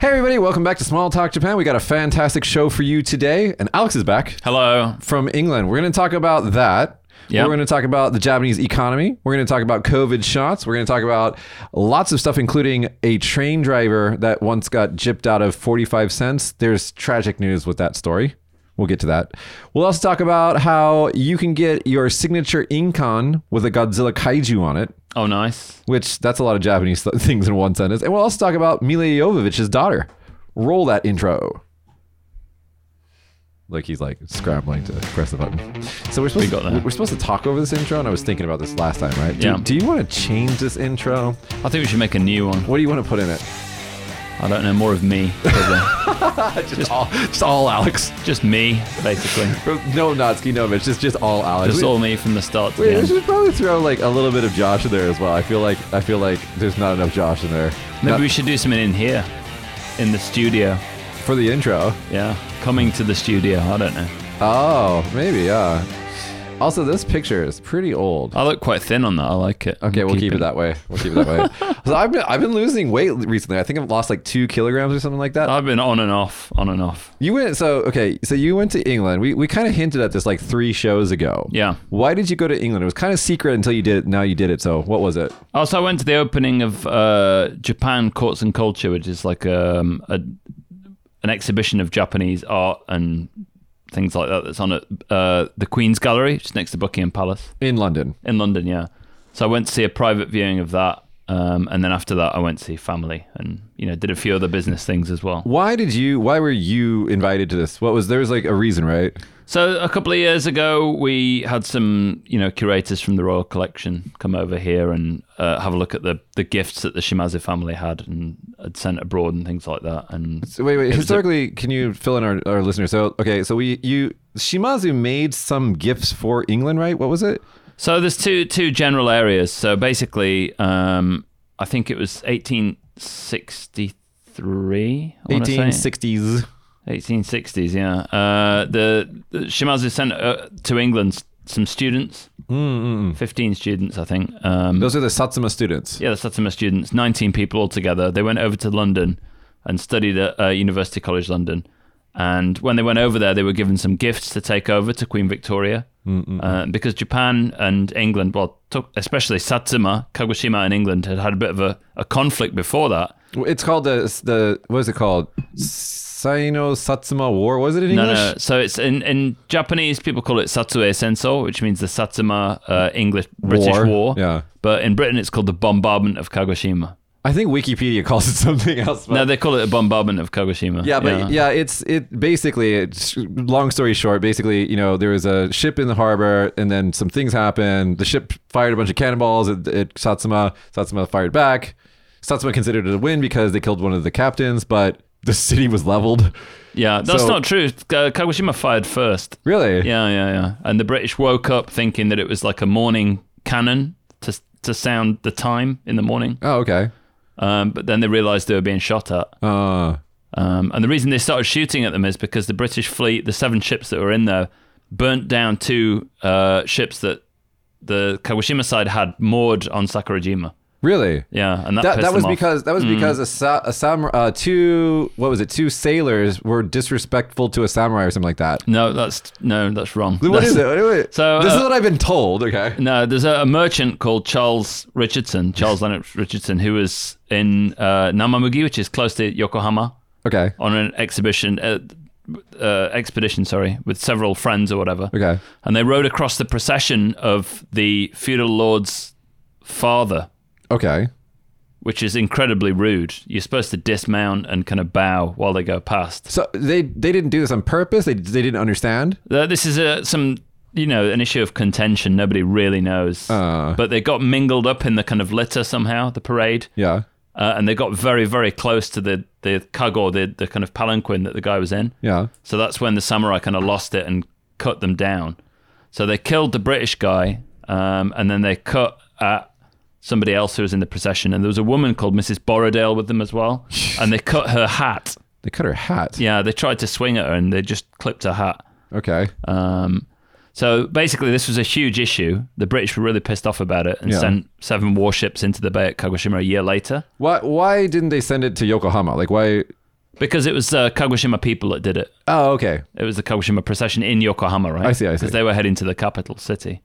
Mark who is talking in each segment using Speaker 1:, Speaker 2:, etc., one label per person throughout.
Speaker 1: Hey everybody, welcome back to Small Talk Japan. We got a fantastic show for you today, and Alex is back
Speaker 2: Hello.
Speaker 1: from England. We're going to talk about that.
Speaker 2: Yep.
Speaker 1: We're going to talk about the Japanese economy. We're going to talk about COVID shots. We're going to talk about lots of stuff, including a train driver that once got gypped out of 45 cents. There's tragic news with that story. We'll get to that. We'll also talk about how you can get your signature Incon with a Godzilla kaiju on it,
Speaker 2: Oh, nice.
Speaker 1: which that's a lot of Japanese th- things in one sentence. And we'll also talk about Mila Jovovich's daughter. Roll that intro. Like he's like scrambling to press the button. So we're supposed
Speaker 2: We got
Speaker 1: to,
Speaker 2: that.
Speaker 1: we're supposed to talk over this intro, and I was thinking about this last time, right? Do-
Speaker 2: Yeah.
Speaker 1: Do, you want to change this intro?
Speaker 2: I think we should make a new one.
Speaker 1: What do you want to put in it?
Speaker 2: I don't know, more of me. probably.
Speaker 1: Just, all, just all Alex.
Speaker 2: just me, basically.
Speaker 1: No Natsuki, no Mitch. Just just all Alex.
Speaker 2: Just
Speaker 1: we,
Speaker 2: all me from the start to
Speaker 1: we-
Speaker 2: the
Speaker 1: we
Speaker 2: end.
Speaker 1: should probably throw like a little bit of Josh in there as well. I feel like I feel like there's not enough Josh in there.
Speaker 2: Maybe
Speaker 1: Not-
Speaker 2: we should do something in here, in the studio.
Speaker 1: for the intro.
Speaker 2: Yeah. Coming to the studio. I don't know.
Speaker 1: Oh, maybe, yeah. Also, this picture is pretty old.
Speaker 2: I look quite thin on that. I like it.
Speaker 1: Okay, we'll keep it that way. We'll keep it that way. so I've been I've been losing weight recently. I think I've lost like two kilograms or something like that.
Speaker 2: I've been on and off, on and off.
Speaker 1: you went so okay, so you went to England. We we kind of hinted at this like three shows ago.
Speaker 2: Yeah.
Speaker 1: Why did you go to England? It was kind of secret until you did it. Now you did it. So what was it?
Speaker 2: Also, I went to the opening of uh, Japan Courts and Culture, which is like um, a, an exhibition of Japanese art and things like that that's on at uh, the Queen's Gallery, which is next to Buckingham Palace
Speaker 1: In London.
Speaker 2: in London, yeah. So I went to see a private viewing of that. Um, and then after that, I went to see family and, you know, did a few other business things as well.
Speaker 1: Why did you why were you invited to this? What was there was like a reason, right?
Speaker 2: So a couple of years ago, we had some, you know, curators from the Royal Collection come over here and uh, have a look at the, the gifts that the Shimazu family had and had sent abroad and things like that. And
Speaker 1: So wait, wait.
Speaker 2: was a-
Speaker 1: Historically, can you fill in our, our listeners? So okay, so we you Shimazu made some gifts for England, right? What was it?
Speaker 2: so there's two two general areas. So basically, um, I think it was 1863. I wanna say.
Speaker 1: 1860s.
Speaker 2: 1860s, yeah. Uh, the, the Shimazu sent uh, to England s- some students,
Speaker 1: Mm-mm.
Speaker 2: 15 students, I think. Um,
Speaker 1: Those are the Satsuma students.
Speaker 2: Yeah, the Satsuma students, 19 people altogether. They went over to London and studied at uh, University College London. And when they went over there, they were given some gifts to take over to Queen Victoria. Uh, because Japan and England, well, took, especially Satsuma, Kagoshima, and England had had a bit of a, a conflict before that.
Speaker 1: It's called the the what is it called? Sino Satsuma War. Was it in
Speaker 2: No,
Speaker 1: English?
Speaker 2: no. So it's in, in Japanese, people call it Satsue Senso, which means the Satsuma uh, English British War.
Speaker 1: Mm. Yeah.
Speaker 2: But in Britain, it's called the bombardment of Kagoshima.
Speaker 1: I think Wikipedia calls it something else. But
Speaker 2: No, they call it a bombardment of Kagoshima.
Speaker 1: yeah, but yeah. it's it basically. It's, long story short, basically, you know, there was a ship in the harbor, and then some things happened. The ship fired a bunch of cannonballs at, at Satsuma. Satsuma fired back. Satsuma considered it a win because they killed one of the captains, but the city was leveled.
Speaker 2: Yeah, that's
Speaker 1: So-
Speaker 2: not true. Uh, Kagoshima fired first.
Speaker 1: Really?
Speaker 2: Yeah, yeah, yeah. And the British woke up thinking that it was like a morning cannon to to sound the time in the morning.
Speaker 1: Oh, okay.
Speaker 2: Um, but then they realised they were being shot at.
Speaker 1: Uh,
Speaker 2: Um, and the reason they started shooting at them is because the British fleet, the seven ships that were in there, burnt down two uh, ships that the Kagoshima side had moored on Sakurajima.
Speaker 1: really?
Speaker 2: Yeah, and that
Speaker 1: that,
Speaker 2: pissed
Speaker 1: that was
Speaker 2: them off.
Speaker 1: because that was because a, sa- a samurai uh, two what was it two sailors were disrespectful to a samurai or something like that.
Speaker 2: no, that's no, that's wrong.
Speaker 1: What
Speaker 2: That's-
Speaker 1: is it? What is it?
Speaker 2: So,
Speaker 1: this
Speaker 2: uh,
Speaker 1: is what I've been told. Okay.
Speaker 2: No, there's a, a merchant called Charles Richardson, Charles Lennox Richardson, who was in uh, Namamugi, which is close to Yokohama,
Speaker 1: Okay.
Speaker 2: on an exhibition, uh, uh, expedition, sorry, with several friends or whatever.
Speaker 1: Okay.
Speaker 2: And they rode across the procession of the feudal lord's father,
Speaker 1: Okay.
Speaker 2: which is incredibly rude. You're supposed to dismount and kind of bow while they go past.
Speaker 1: So they they didn't do this on purpose. They they didn't understand.
Speaker 2: Uh, this is a, some, you know, an issue of contention. Nobody really knows.
Speaker 1: Uh.
Speaker 2: But they got mingled up in the kind of litter somehow, the parade.
Speaker 1: Yeah.
Speaker 2: uh, and they got very very close to the the kago the the kind of palanquin that the guy was in
Speaker 1: Yeah.
Speaker 2: so that's when the samurai kind of lost it and cut them down so they killed the british guy um, and then they cut at somebody else who was in the procession and there was a woman called mrs borrowdale with them as well and they cut her hat
Speaker 1: They cut her hat.
Speaker 2: yeah they tried to swing at her and they just clipped her hat
Speaker 1: Okay.
Speaker 2: um, so basically, this was a huge issue. The British were really pissed off about it and
Speaker 1: Yeah.
Speaker 2: sent seven warships into the bay at Kagoshima a year later.
Speaker 1: Why why didn't they send it to Yokohama? Like why
Speaker 2: because it was uh, Kagoshima people that did it.
Speaker 1: Oh, okay.
Speaker 2: It was the Kagoshima procession in Yokohama, right?
Speaker 1: I see, I see.
Speaker 2: Because they were heading to the capital city.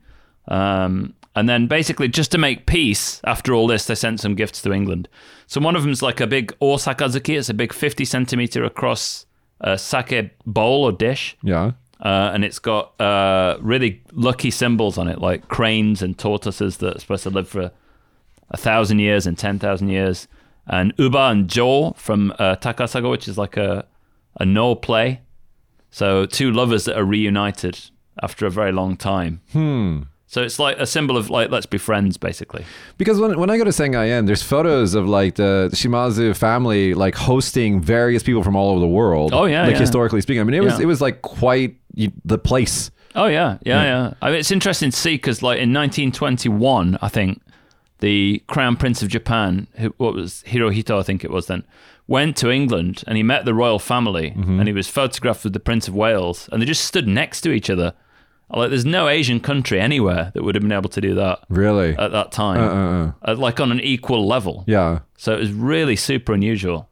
Speaker 2: Um, and then basically, just to make peace after all this, they sent some gifts to England. So one of them's like a big osakazuki. It's a big 50 centimeter across uh, sake bowl or dish.
Speaker 1: Yeah.
Speaker 2: Uh, and it's got uh, really lucky symbols on it, like cranes and tortoises that are supposed to live for a thousand years and ten thousand years, and Uba and Jo from uh, Takasago, which is like a a no play, so two lovers that are reunited after a very long time. Hmm. So it's like a symbol of like let's be friends, basically.
Speaker 1: Because when, when I go to Sanghaien, there's photos of like the Shimazu family like hosting various people from all over the world.
Speaker 2: Oh, yeah,
Speaker 1: like
Speaker 2: yeah.
Speaker 1: historically speaking. I mean, it was
Speaker 2: Yeah.
Speaker 1: it was like quite you, the place.
Speaker 2: Oh yeah, yeah, yeah. I mean, it's interesting to see because, like, in 1921, I think the Crown Prince of Japan, who, what was Hirohito, I think it was then, went to England and he met the royal family and he was photographed with the Prince of Wales and they just stood next to each other. Like, there's no Asian country anywhere that would have been able to do that
Speaker 1: Really.
Speaker 2: at that time, Uh, like on an equal level.
Speaker 1: yeah.
Speaker 2: So it was really super unusual.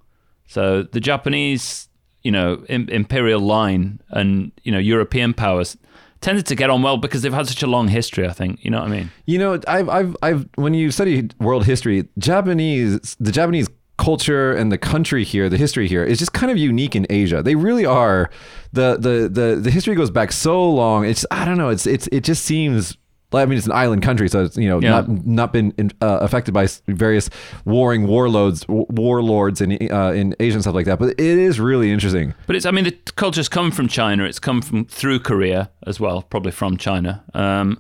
Speaker 2: So the Japanese, you know, im- imperial line and you know European powers tended to get on well because they've had such a long history. I think you know what I mean.
Speaker 1: You know, I've, I've, I've, when you study world history, Japanese, the Japanese culture and the country here, the history here is just kind of unique in Asia. They really are. The, the, the, the history goes back so long. It's, I don't know. It's, it's, it just seems. like I mean, it's an island country, so it's you know
Speaker 2: Yeah.
Speaker 1: not not been in, uh, affected by s- various warring warlords, w- warlords in uh, in Asia and stuff like that. But it is really interesting.
Speaker 2: But it's I mean the culture's come from China. It's come from through Korea as well, probably from China. Um,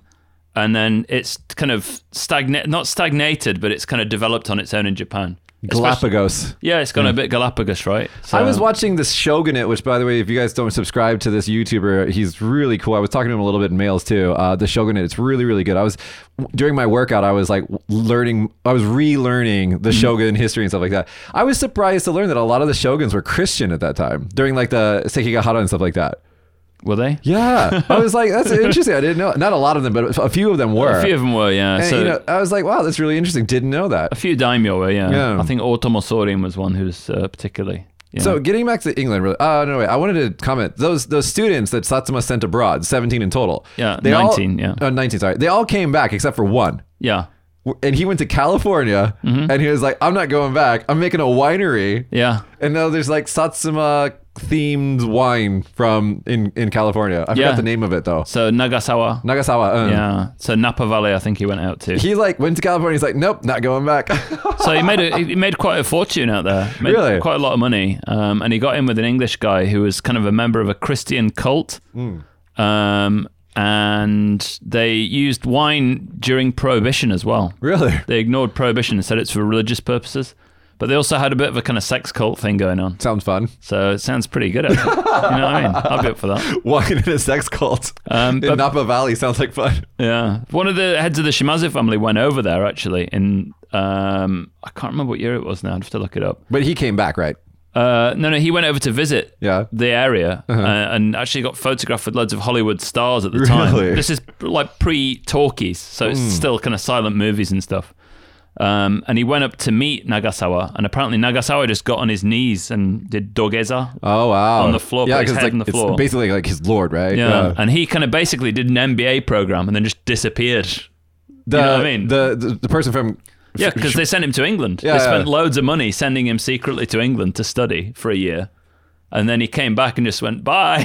Speaker 2: and then it's kind of stagnate, not stagnated, but it's kind of developed on its own in Japan. Especially-
Speaker 1: Galapagos.
Speaker 2: Yeah, it's gone a bit Galapagos, right? So,
Speaker 1: I was watching this Shogunate, which, by the way, if you guys don't subscribe to this YouTuber, he's really cool. I was talking to him a little bit in mails too. Uh, the Shogunate, it's really, really good. I was during my workout, I was like learning, I was relearning
Speaker 2: Mm-hmm.
Speaker 1: the Shogun history and stuff like that. I was surprised to learn that a lot of the Shoguns were Christian at that time during like the Sekigahara and stuff like that.
Speaker 2: were they?
Speaker 1: Yeah, I was like, that's interesting. I didn't know. Not a lot of them, but a few of them were.
Speaker 2: A few of them were, yeah.
Speaker 1: and,
Speaker 2: so
Speaker 1: you know, I was like, wow, that's really interesting. Didn't know that.
Speaker 2: A few daimyo were, yeah.
Speaker 1: Yeah.
Speaker 2: I think Otomo Sorin was one who's uh, particularly. Yeah.
Speaker 1: So getting back to England, really. Oh no, wait. I wanted to comment those those students that Satsuma sent abroad, seventeen in total.
Speaker 2: Yeah,
Speaker 1: all-
Speaker 2: 19, yeah.
Speaker 1: oh, nineteen. Sorry, they all came back except for one,
Speaker 2: yeah,
Speaker 1: and he went to California,
Speaker 2: Mm-hmm.
Speaker 1: and he was like, "I'm not going back. I'm making a winery."
Speaker 2: yeah.
Speaker 1: And now there's like Satsuma themed wine from in in California. I
Speaker 2: Yeah.
Speaker 1: forgot the name of it though.
Speaker 2: So Nagasawa.
Speaker 1: Nagasawa. uh.
Speaker 2: Yeah. So Napa Valley, I think he went out to.
Speaker 1: He like went to California. He's like, "Nope, not going back."
Speaker 2: so he made a, he made quite a fortune out there. Made
Speaker 1: Really?
Speaker 2: Quite a lot of money. Um, and he got in with an English guy who was kind of a member of a Christian cult.
Speaker 1: Mm.
Speaker 2: Um, and they used wine during Prohibition as well.
Speaker 1: really?
Speaker 2: They ignored Prohibition and said it's for religious purposes. But they also had a bit of a kind of sex cult thing going on.
Speaker 1: Sounds fun.
Speaker 2: So it sounds pretty good, actually. you know what I mean? I'll be up for that.
Speaker 1: Wine in a sex cult
Speaker 2: Um,
Speaker 1: in
Speaker 2: but-
Speaker 1: Napa Valley sounds like fun.
Speaker 2: Yeah. One of the heads of the Shimazu family went over there, actually, in, um, I can't remember what year it was now. I'd have to look it up.
Speaker 1: But he came back, right?
Speaker 2: Uh, no, no, he went over to visit
Speaker 1: Yeah. Uh-huh.
Speaker 2: the area uh and actually got photographed with loads of Hollywood stars at the time.
Speaker 1: Really? Hmm.
Speaker 2: This is like pre talkies, so it's still kind of silent movies and stuff. Um, and he went up to meet Nagasawa, and apparently Nagasawa just got on his knees and did dogeza,
Speaker 1: Oh wow!
Speaker 2: On the floor, put his
Speaker 1: 'cause
Speaker 2: head
Speaker 1: like,
Speaker 2: on the floor.
Speaker 1: It's basically like his lord, right?
Speaker 2: Yeah. And he kind of basically did an MBA program and then just disappeared.
Speaker 1: the,
Speaker 2: know what I mean?
Speaker 1: the the, the person from
Speaker 2: Yeah, because they sent him to England.
Speaker 1: Yeah,
Speaker 2: they
Speaker 1: yeah.
Speaker 2: spent loads of money sending him secretly to England to study for a year. And then he came back and just went, bye.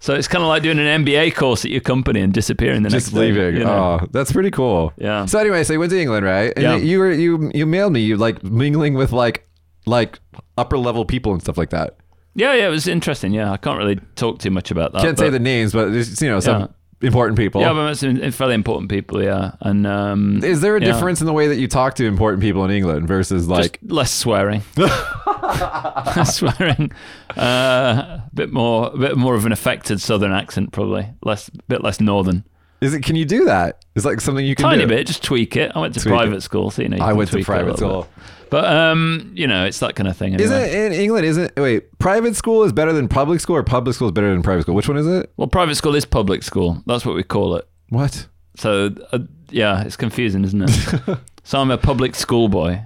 Speaker 2: so it's kind of like doing an MBA course at your company and disappearing the
Speaker 1: just
Speaker 2: next day.
Speaker 1: leaving.
Speaker 2: you know?
Speaker 1: Oh, that's pretty cool.
Speaker 2: Yeah.
Speaker 1: So anyway, so you went to England, right? And
Speaker 2: Yeah.
Speaker 1: You were you you mailed me you like mingling with like like upper level people and stuff like that.
Speaker 2: Yeah, yeah, it was interesting. Yeah, I can't really talk too much about that.
Speaker 1: Can't say
Speaker 2: but-
Speaker 1: the names, but there's you know some important people.
Speaker 2: Yeah, but it's in- fairly important people, yeah. And um,
Speaker 1: Is there a
Speaker 2: yeah.
Speaker 1: difference in the way that you talk to important people in England versus like?
Speaker 2: Just less swearing. less swearing. Uh, a bit more a bit more of an affected southern accent probably. Less bit less northern.
Speaker 1: Is it? Can you do that? Is like something you can
Speaker 2: Tiny
Speaker 1: do?
Speaker 2: bit, just tweak it. I went to
Speaker 1: Tweak it.
Speaker 2: private school, so you know. You
Speaker 1: I
Speaker 2: can
Speaker 1: went to
Speaker 2: tweak it a
Speaker 1: private
Speaker 2: little
Speaker 1: school.
Speaker 2: bit. But um, you know, it's that kind of thing.
Speaker 1: Isn't
Speaker 2: Anyway.
Speaker 1: in England? Isn't wait? Private school is better than public school, or public school is better than private school? Which one is it?
Speaker 2: Well, private school is public school. That's what we call it.
Speaker 1: What?
Speaker 2: So uh, yeah, it's confusing, isn't it? so I'm a public school boy.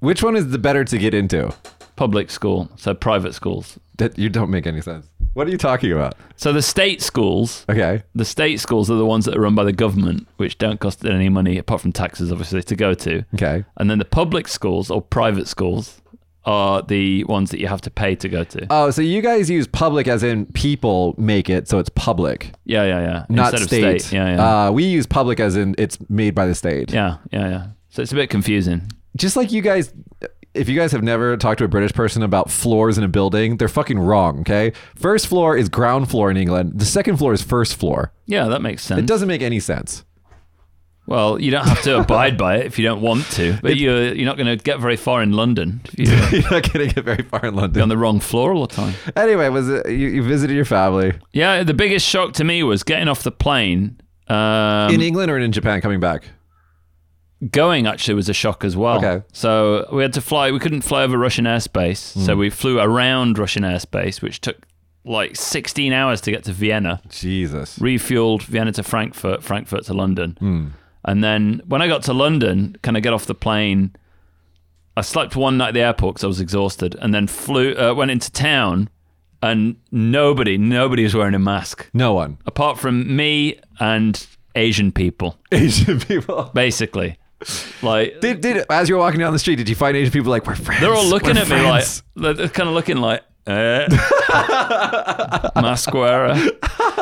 Speaker 1: Which one is the better to get into?
Speaker 2: public school, so private schools.
Speaker 1: That you don't make any sense. What are you talking about?
Speaker 2: So the state schools,
Speaker 1: Okay.
Speaker 2: the state schools are the ones that are run by the government, which don't cost any money apart from taxes, obviously, to go to.
Speaker 1: Okay.
Speaker 2: And then the public schools or private schools are the ones that you have to pay to go to.
Speaker 1: Oh, so you guys use public as in people make it, so it's public,
Speaker 2: yeah, yeah, yeah.
Speaker 1: not
Speaker 2: Instead
Speaker 1: state.
Speaker 2: of state. Yeah, yeah.
Speaker 1: Uh, we use public as in it's made by the state.
Speaker 2: yeah, yeah, yeah. So it's a bit confusing.
Speaker 1: Just like you guys, if you guys have never talked to a British person about floors in a building, they're fucking wrong. Okay. First floor is ground floor in England. The second floor is first floor.
Speaker 2: Yeah, that makes
Speaker 1: It
Speaker 2: sense.
Speaker 1: doesn't make any sense.
Speaker 2: Well, you don't have to abide by it if you don't want to, but you're you're not going to get very far in London if you're
Speaker 1: You're not going to get very far in London.
Speaker 2: on the wrong floor all the time.
Speaker 1: Anyway, was it, you, you visited your family
Speaker 2: Yeah, the biggest shock to me was getting off the plane. Um,
Speaker 1: in England or in Japan coming back?
Speaker 2: going actually was a shock as well.
Speaker 1: Okay.
Speaker 2: So we had to fly. We couldn't fly over Russian airspace,
Speaker 1: Hmm.
Speaker 2: so we flew around Russian airspace, which took like 16 hours to get to Vienna.
Speaker 1: Jesus.
Speaker 2: Refueled Vienna to Frankfurt, Frankfurt to London,
Speaker 1: Hmm.
Speaker 2: and then when I got to London, kind of get off the plane. I slept one night at the airport because I was exhausted, and then flew uh, went into town, and nobody nobody was wearing a mask
Speaker 1: No one.
Speaker 2: apart from me and Asian people,
Speaker 1: Asian people.
Speaker 2: basically. Like
Speaker 1: Did, did as you were walking down the street, did you find Asian people like we're friends?
Speaker 2: They're all looking
Speaker 1: we're
Speaker 2: at
Speaker 1: friends."
Speaker 2: me like they're kind of looking like eh. mask wearer.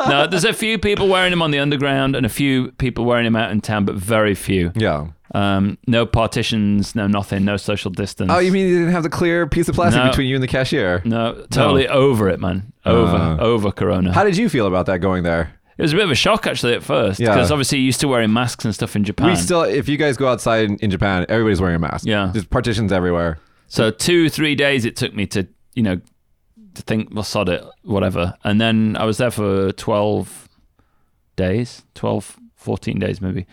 Speaker 2: No, there's a few people wearing them on the underground and a few people wearing them out in town, but very few.
Speaker 1: Yeah.
Speaker 2: Um, no partitions, no nothing, no social distance.
Speaker 1: Oh, you mean you didn't have the clear piece of plastic
Speaker 2: No.
Speaker 1: between you and the cashier?
Speaker 2: no, Ah. totally over it, man. Over,
Speaker 1: Uh.
Speaker 2: over Corona.
Speaker 1: How did you feel about that going there?
Speaker 2: it was a bit of a shock actually at first
Speaker 1: Yeah.
Speaker 2: because obviously you're used to wearing masks and stuff in Japan.
Speaker 1: We still, if you guys go outside in, in Japan, everybody's wearing a mask.
Speaker 2: Yeah.
Speaker 1: There's partitions everywhere.
Speaker 2: So two, three days it took me to, you know, to think, well, sod it, whatever. And then I was there for 12 days, 12, 14 days maybe,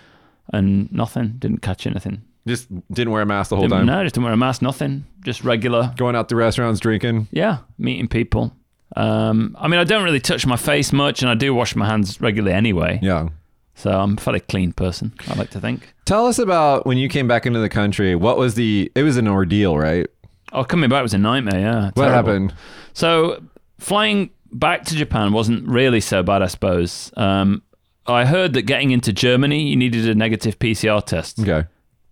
Speaker 2: and nothing, didn't catch anything.
Speaker 1: Just didn't wear a mask the whole
Speaker 2: Didn't-
Speaker 1: time.
Speaker 2: no, just didn't wear a mask, nothing, just regular.
Speaker 1: Going out to restaurants, drinking.
Speaker 2: Yeah, meeting people. Um, I mean, I don't really touch my face much, and I do wash my hands regularly anyway.
Speaker 1: Yeah.
Speaker 2: So I'm a fairly clean person, I like to think.
Speaker 1: Tell us about when you came back into the country. What was the? It was an ordeal, right?
Speaker 2: Oh, coming back was a nightmare. Yeah,
Speaker 1: What
Speaker 2: terrible.
Speaker 1: happened?
Speaker 2: So flying back to Japan wasn't really so bad, I suppose. Um, I heard that getting into Germany, you needed a negative PCR test
Speaker 1: Okay.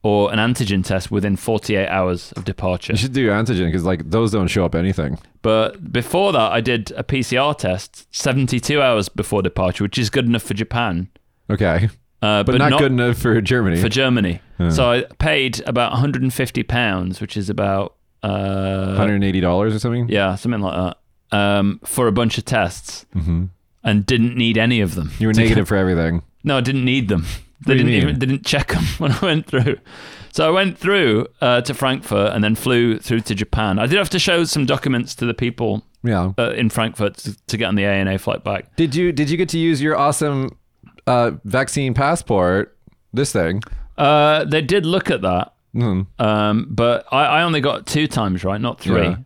Speaker 2: or an antigen test within 48 hours of departure.
Speaker 1: You should do antigen because like those don't show up anything.
Speaker 2: But before that, I did a PCR test 72 hours before departure, which is good enough for Japan,
Speaker 1: Okay.
Speaker 2: uh,
Speaker 1: But, not, good enough for Germany.
Speaker 2: for Germany. So I paid about 150 pounds, which is about uh,
Speaker 1: Hundred and eighty dollars or something.
Speaker 2: yeah, something like that, um, for a bunch of tests, and didn't need any of them.
Speaker 1: Mm-hmm. You were negative for everything.
Speaker 2: No, I didn't need them. They
Speaker 1: What do you
Speaker 2: didn't
Speaker 1: mean?
Speaker 2: even they didn't check them when I went through. So I went through uh, to Frankfurt and then flew through to Japan. I did have to show some documents to the people
Speaker 1: Yeah.
Speaker 2: uh, in Frankfurt to, to get on the A and A flight back.
Speaker 1: Did you did you get to use your awesome uh, vaccine passport? This thing.
Speaker 2: Uh, they did look at that,
Speaker 1: Mhm.
Speaker 2: um, but I, I only got two times right, not three.
Speaker 1: Yeah.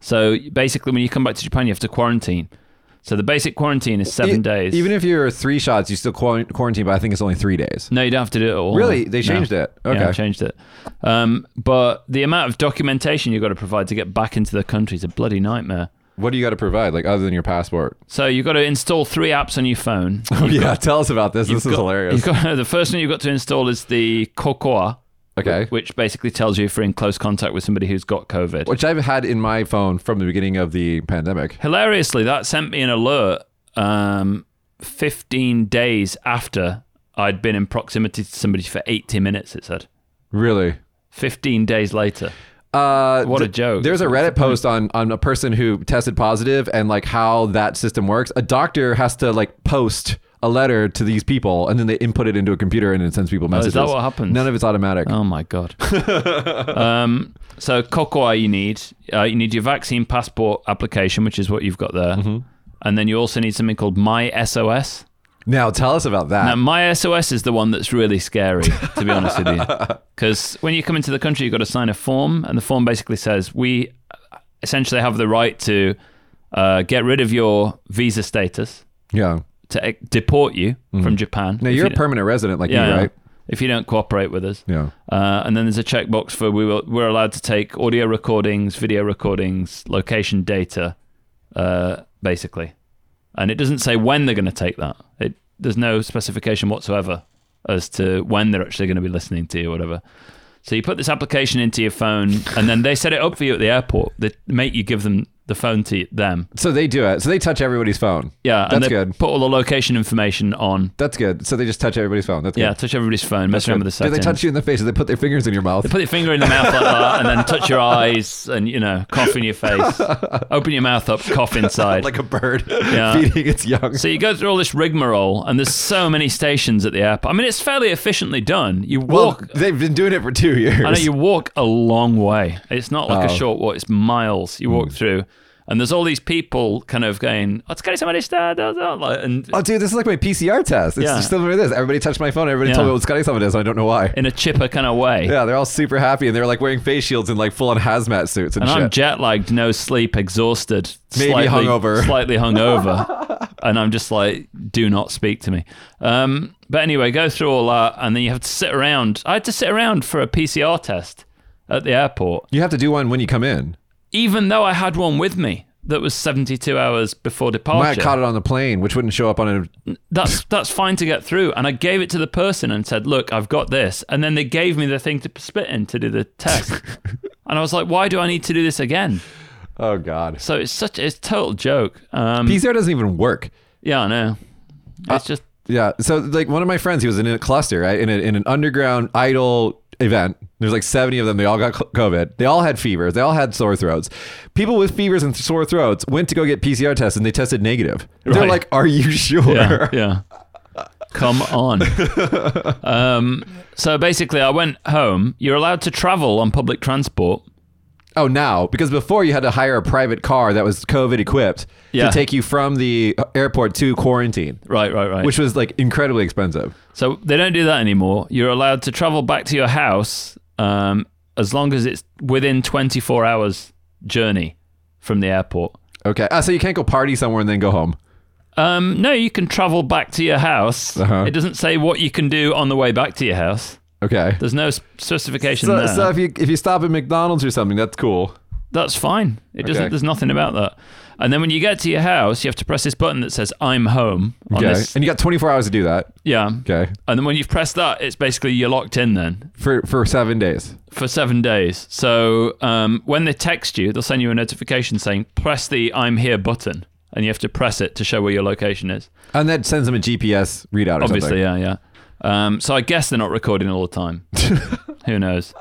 Speaker 2: So basically, when you come back to Japan, you have to quarantine. So the basic quarantine is seven
Speaker 1: E-
Speaker 2: days.
Speaker 1: Even if you're three shots, you still quar- quarantine. But I think it's only three days.
Speaker 2: no, you don't have to do it at all.
Speaker 1: Really? They
Speaker 2: No.
Speaker 1: changed it. Okay.
Speaker 2: Yeah, I changed it. Um, but the amount of documentation you've got to provide to get back into the country is a bloody nightmare.
Speaker 1: What do you got to provide, like other than your passport?
Speaker 2: So you've got to install three apps on your phone.
Speaker 1: Oh yeah, tell us about this. This is
Speaker 2: Got-
Speaker 1: hilarious.
Speaker 2: you've got- the first one you've got to install is the Cocoa,
Speaker 1: okay.
Speaker 2: which basically tells you if you're in close contact with somebody who's got COVID.
Speaker 1: Which I've had in my phone from the beginning of the pandemic.
Speaker 2: Hilariously, that sent me an alert um, 15 days after I'd been in proximity to somebody for 80 minutes, it said.
Speaker 1: Really.
Speaker 2: 15 days later.
Speaker 1: Uh,
Speaker 2: What a
Speaker 1: th-
Speaker 2: joke.
Speaker 1: There's a Reddit post on on a person who tested positive and like how that system works. A doctor has to like post a letter to these people and then they input it into a computer and it sends people
Speaker 2: Oh,
Speaker 1: messages.
Speaker 2: is that what happens?
Speaker 1: None of it's automatic.
Speaker 2: Oh my god. um, so cocoa you need. Uh, you need your vaccine passport application, which is what you've got there,
Speaker 1: Mm-hmm.
Speaker 2: and then you also need something called My SOS.
Speaker 1: Now tell us about
Speaker 2: Now,
Speaker 1: that.
Speaker 2: My SOS is the one that's really scary, to be honest with you, because when you come into the country, you've got to sign a form, and the form basically says we uh, essentially have the right to uh, get rid of your visa status
Speaker 1: yeah.
Speaker 2: to eh, deport you from Japan.
Speaker 1: Now
Speaker 2: if
Speaker 1: Mm-hmm. you're
Speaker 2: you-
Speaker 1: a permanent resident like
Speaker 2: yeah,
Speaker 1: me,
Speaker 2: yeah.
Speaker 1: right?
Speaker 2: if you don't cooperate with us.
Speaker 1: Yeah.
Speaker 2: Uh, and then there's a checkbox for we will, we're allowed to take audio recordings, video recordings, location data, uh, basically. And it doesn't say when they're going to take that. It, there's no specification whatsoever as to when they're actually going to be listening to you or whatever. So you put this application into your phone, and then they set it up for you at the airport. They make you give them the phone to them.
Speaker 1: So they do it. So they touch everybody's phone.
Speaker 2: Yeah, and
Speaker 1: That's
Speaker 2: they
Speaker 1: good.
Speaker 2: put all the location information on.
Speaker 1: That's good. So they just touch everybody's phone. That's
Speaker 2: Yeah,
Speaker 1: good.
Speaker 2: touch everybody's phone, mess
Speaker 1: That's
Speaker 2: around
Speaker 1: good.
Speaker 2: with the
Speaker 1: Do
Speaker 2: settings.
Speaker 1: they touch you in the face? Do they put their fingers in your mouth?
Speaker 2: Put your finger in the mouth like that, and then touch your eyes, and you know, cough in your face. Open your mouth up, cough inside.
Speaker 1: like a bird
Speaker 2: Yeah.
Speaker 1: feeding its young.
Speaker 2: so you go through all this rigmarole, and there's so many stations at the airport. I mean, it's fairly efficiently done. You
Speaker 1: well,
Speaker 2: walk.
Speaker 1: they've been doing it for two years.
Speaker 2: I know you walk a long way. It's not like
Speaker 1: Oh. Hmm.
Speaker 2: a short walk. It's miles you walk through, and there's all these people kind of going, "Let's get somebody started," like, and
Speaker 1: Oh, dude, this is like my PCR test. It's
Speaker 2: Yeah.
Speaker 1: just similar to this. Everybody touched my phone. Everybody
Speaker 2: Yeah.
Speaker 1: told me what Scotty someone is. And I don't know why.
Speaker 2: in a chipper kind of way.
Speaker 1: Yeah, they're all super happy and they're like wearing face shields and like full on hazmat suits and,
Speaker 2: And
Speaker 1: shit.
Speaker 2: I'm jet lagged, no sleep, exhausted,
Speaker 1: Maybe hungover.
Speaker 2: slightly hungover, and I'm just like, do not speak to me. Um, but anyway, go through all that, and then you have to sit around. I had to sit around for a PCR test at the airport,
Speaker 1: you have to do one when you come in.
Speaker 2: even though I had one with me that was 72 hours before
Speaker 1: Might have
Speaker 2: departure.
Speaker 1: caught it on the plane, which wouldn't show up on a.
Speaker 2: that's that's fine to get through. And I gave it to the person and said, "Look, I've got this." And then they gave me the thing to spit in to do the test, and I was like, "Why do I need to do this again?"
Speaker 1: Oh, God.
Speaker 2: So it's such it's a total joke. Um,
Speaker 1: PCR doesn't even work.
Speaker 2: Yeah, I know.
Speaker 1: Uh,
Speaker 2: It's just
Speaker 1: Yeah. So like one of my friends, he was in a cluster, right? In, a, in an underground idol event. There's like 70 of them. They all got cl- COVID. They all had fevers. They all had sore throats. People with fevers and sore throats went to go get PCR tests and they tested negative. They're
Speaker 2: Right.
Speaker 1: like, are you sure?
Speaker 2: yeah, yeah. Come on. um, so basically, I went home. You're allowed to travel on public transport.
Speaker 1: Oh, now because before you had to hire a private car that was COVID equipped
Speaker 2: Yeah.
Speaker 1: to take you from the uh, airport to quarantine,
Speaker 2: Right, right, right.
Speaker 1: which was like incredibly expensive.
Speaker 2: so they don't do that anymore. You're allowed to travel back to your house um, as long as it's within 24 hours journey from the airport.
Speaker 1: Okay, ah, so you can't go party somewhere and then go home.
Speaker 2: Um, no, you can travel back to your house.
Speaker 1: Uh-huh.
Speaker 2: It doesn't say what you can do on the way back to your house.
Speaker 1: Okay,
Speaker 2: There's no s- specification
Speaker 1: so,
Speaker 2: there.
Speaker 1: so if you if you stop at McDonald's or something, that's cool.
Speaker 2: That's fine. It
Speaker 1: Okay.
Speaker 2: doesn't. There's nothing about that. And then when you get to your house, you have to press this button that says "I'm home." On
Speaker 1: Okay,
Speaker 2: this,
Speaker 1: and you got 24 hours to do that.
Speaker 2: yeah.
Speaker 1: Okay,
Speaker 2: And then when you've pressed that, it's basically you're locked in then
Speaker 1: for for seven days.
Speaker 2: for seven days. So um, when they text you, they'll send you a notification saying press the "I'm here" button, and you have to press it to show where your location is.
Speaker 1: And that sends them a GPS readout or
Speaker 2: Obviously,
Speaker 1: something.
Speaker 2: yeah, yeah. Um, so I guess they're not recording all the time. Who knows?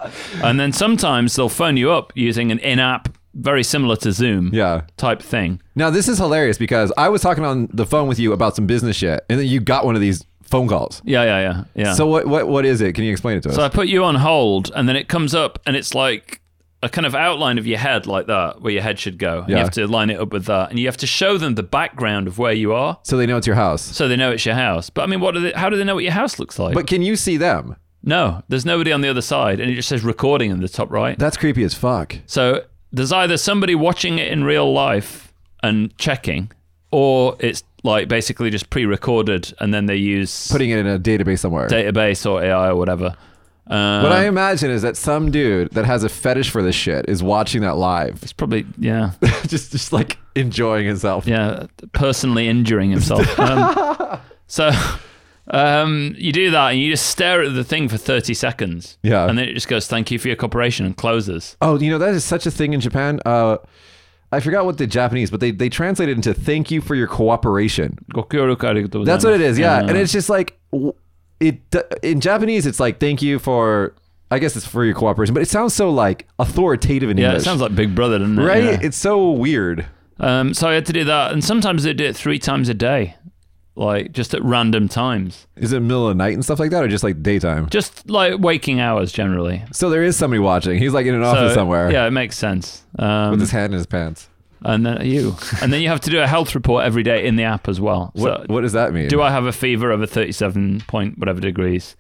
Speaker 2: And then sometimes they'll phone you up using an in-app, very similar to Zoom
Speaker 1: Yeah.
Speaker 2: type thing.
Speaker 1: Now this is hilarious because I was talking on the phone with you about some business shit, and then you got one of these phone calls.
Speaker 2: Yeah, yeah, yeah, yeah.
Speaker 1: So what what what is it? Can you explain it to us?
Speaker 2: So I put you on hold, and then it comes up, and it's like a kind of outline of your head, like that, where your head should go. And
Speaker 1: Yeah.
Speaker 2: You have to line it up with that, and you have to show them the background of where you are,
Speaker 1: so they know it's your house.
Speaker 2: so they know it's your house. But I mean, what? Do they, how do they know what your house looks like?
Speaker 1: But can you see them?
Speaker 2: no, there's nobody on the other side, and it just says recording in the top right.
Speaker 1: That's creepy as fuck.
Speaker 2: So there's either somebody watching it in real life and checking, or it's like basically just pre-recorded, and then they use
Speaker 1: Putting it in a database somewhere.
Speaker 2: database or AI or whatever. Um,
Speaker 1: what I imagine is that some dude that has a fetish for this shit is watching that live,
Speaker 2: it's probably yeah.
Speaker 1: just just like enjoying himself.
Speaker 2: yeah, personally injuring himself. Um, so um, you do that and you just stare at the thing for 30 seconds.
Speaker 1: Yeah.
Speaker 2: And then it just goes, thank you for your cooperation and closes.
Speaker 1: Oh, you know that is such a thing in Japan. Uh, I forgot what the Japanese, but they they translate it into "thank you for your cooperation." That's what it is. Yeah, and it's just like w- it d- in Japanese. It's like "thank you for." I guess it's for your cooperation, but it sounds so like authoritative in
Speaker 2: yeah,
Speaker 1: English.
Speaker 2: it sounds like Big Brother, doesn't it?
Speaker 1: right.
Speaker 2: Yeah.
Speaker 1: It's so weird.
Speaker 2: Um, so I had to do that. And sometimes they do it three times a day, like just at random times.
Speaker 1: Is it middle of the night and stuff like that, or just like daytime?
Speaker 2: Just like waking hours generally.
Speaker 1: So there is somebody watching. He's like in an office
Speaker 2: So,
Speaker 1: somewhere
Speaker 2: Yeah, it makes sense.
Speaker 1: with
Speaker 2: Um,
Speaker 1: his hand in his pants.
Speaker 2: and then you. and then you have to do a health report every day in the app as well. So-
Speaker 1: What, what does that mean?
Speaker 2: Do I have a fever over 37 point whatever degrees?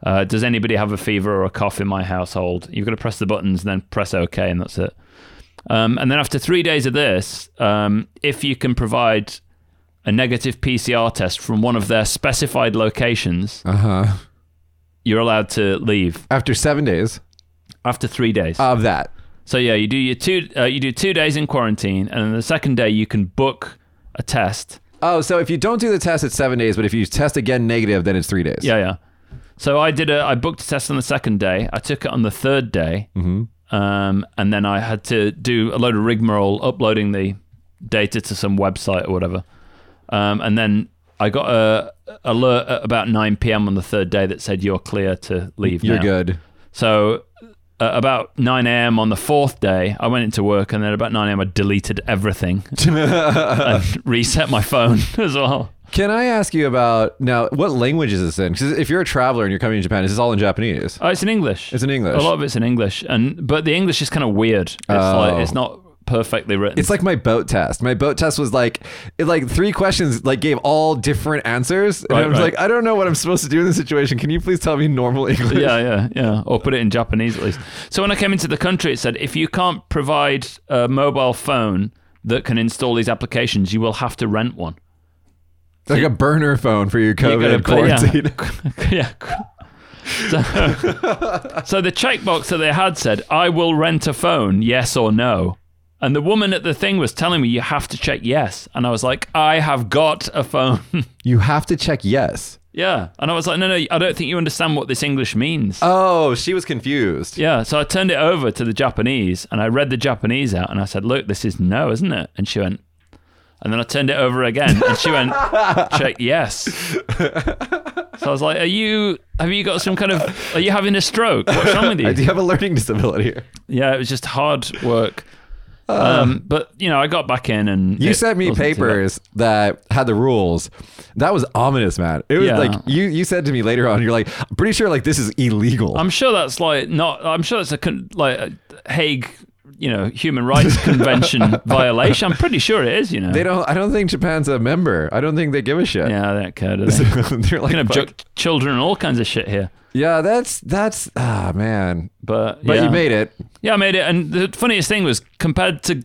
Speaker 2: Uh, does anybody have a fever or a cough in my household? You've got to press the buttons and then press OK, and that's it. Um, and then after three days of this, um, if you can provide a negative PCR test from one of their specified locations,
Speaker 1: Uh huh.
Speaker 2: you're allowed to leave
Speaker 1: After seven days
Speaker 2: after three days.
Speaker 1: of that,
Speaker 2: so yeah, you do your two uh, you do two days in quarantine, and then the second day you can book a test.
Speaker 1: oh, so if you don't do the test, it's seven days. But if you test again negative, then it's three days.
Speaker 2: Yeah, yeah. So I did a I booked a test on the second day. I took it on the third day, mm-hmm. um, and then I had to do a load of rigmarole uploading the data to some website or whatever. Um, and then I got a alert at about 9 p.m. on the third day that said you're clear to leave.
Speaker 1: you're
Speaker 2: now."
Speaker 1: good.
Speaker 2: So uh, about 9 a.m. on the fourth day, I went into work, and then about 9 a.m. I deleted everything and reset my phone as well.
Speaker 1: Can I ask you about now? What language is this in? Because if you're a traveler and you're coming to Japan, is this all in Japanese?
Speaker 2: Oh, it's in English.
Speaker 1: It's in English.
Speaker 2: A lot of it's in English, and but the English is kind of weird. It's like it's not perfectly written.
Speaker 1: Oh. It's like my boat test. My boat test was like, it like three questions like gave all different answers, and
Speaker 2: Right,
Speaker 1: I was
Speaker 2: right.
Speaker 1: like, I don't know what I'm supposed to do in this situation. Can you please tell me normal English?
Speaker 2: yeah, yeah, yeah. Or put it in Japanese at least. So when I came into the country, it said if you can't provide a mobile phone that can install these applications, you will have to rent one.
Speaker 1: It's like a burner phone for your
Speaker 2: You
Speaker 1: COVID
Speaker 2: gotta-
Speaker 1: Oh, quarantine.
Speaker 2: but Yeah. yeah. So, so the checkbox that they had said, "I will rent a phone, yes or no." And the woman at the thing was telling me, "You have to check yes," and I was like, "I have got a phone."
Speaker 1: You have to check yes.
Speaker 2: Yeah. And I was like, no, no, I don't think you understand what this English means.
Speaker 1: Oh, she was confused.
Speaker 2: yeah. So I turned it over to the Japanese and I read the Japanese out and I said, look, this is no, isn't it? And she went, and then I turned it over again and she went, check yes. So I was like, are you, have you got some kind of, are you having a stroke? What's wrong with you?
Speaker 1: I do have a learning disability here.
Speaker 2: Yeah. It was just hard work. um, but, you know, I got back in and.
Speaker 1: Uh. You
Speaker 2: it
Speaker 1: sent me
Speaker 2: wasn't too bad.
Speaker 1: papers that had the rules. That was ominous, man. It was
Speaker 2: Yeah.
Speaker 1: like you you said to me later on. You're like, I'm pretty sure like this is illegal.
Speaker 2: I'm sure that's like not. I'm sure that's a con- like a Hague, you know, human rights convention violation. I'm pretty sure it is. You know,
Speaker 1: they don't. I don't think Japan's a member. I don't think they give a shit.
Speaker 2: yeah, they don't care. Do they? You
Speaker 1: They're like,
Speaker 2: can have
Speaker 1: "Fuck."
Speaker 2: ju- children and all kinds of shit here.
Speaker 1: yeah, that's that's ah man.
Speaker 2: But
Speaker 1: But
Speaker 2: yeah.
Speaker 1: you made it.
Speaker 2: yeah, I made it. And the funniest thing was compared to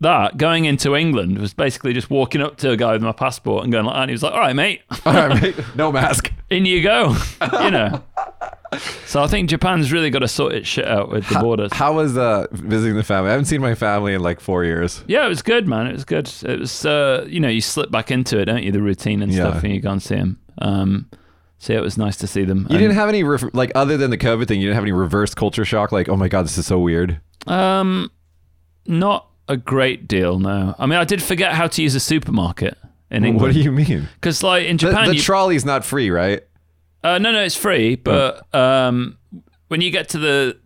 Speaker 2: that, going into England was basically just walking up to a guy with my passport and going like, that. and he was like, "All right, mate,
Speaker 1: All right, mate. no mask.
Speaker 2: in you go," you know. So I think Japan's really got to sort its shit out with the borders.
Speaker 1: How was uh, visiting the family? I haven't seen my family in like four years.
Speaker 2: Yeah, it was good, man. It was good. It was, uh, you know, you slip back into it, don't you? The routine and
Speaker 1: Yeah.
Speaker 2: stuff, and you go and see them. Um, so yeah, it was nice to see them.
Speaker 1: You didn't have any re- like other than the COVID thing. You didn't have any reverse culture shock. Like, oh my god, this is so weird.
Speaker 2: um, not a great deal, no. I mean, I did forget how to use a supermarket in
Speaker 1: What
Speaker 2: England
Speaker 1: do you mean?
Speaker 2: because, like, in
Speaker 1: The,
Speaker 2: Japan,
Speaker 1: the
Speaker 2: you,
Speaker 1: trolley's not free, right?
Speaker 2: uh, no, no, it's free,
Speaker 1: Oh.
Speaker 2: but um, when you get to the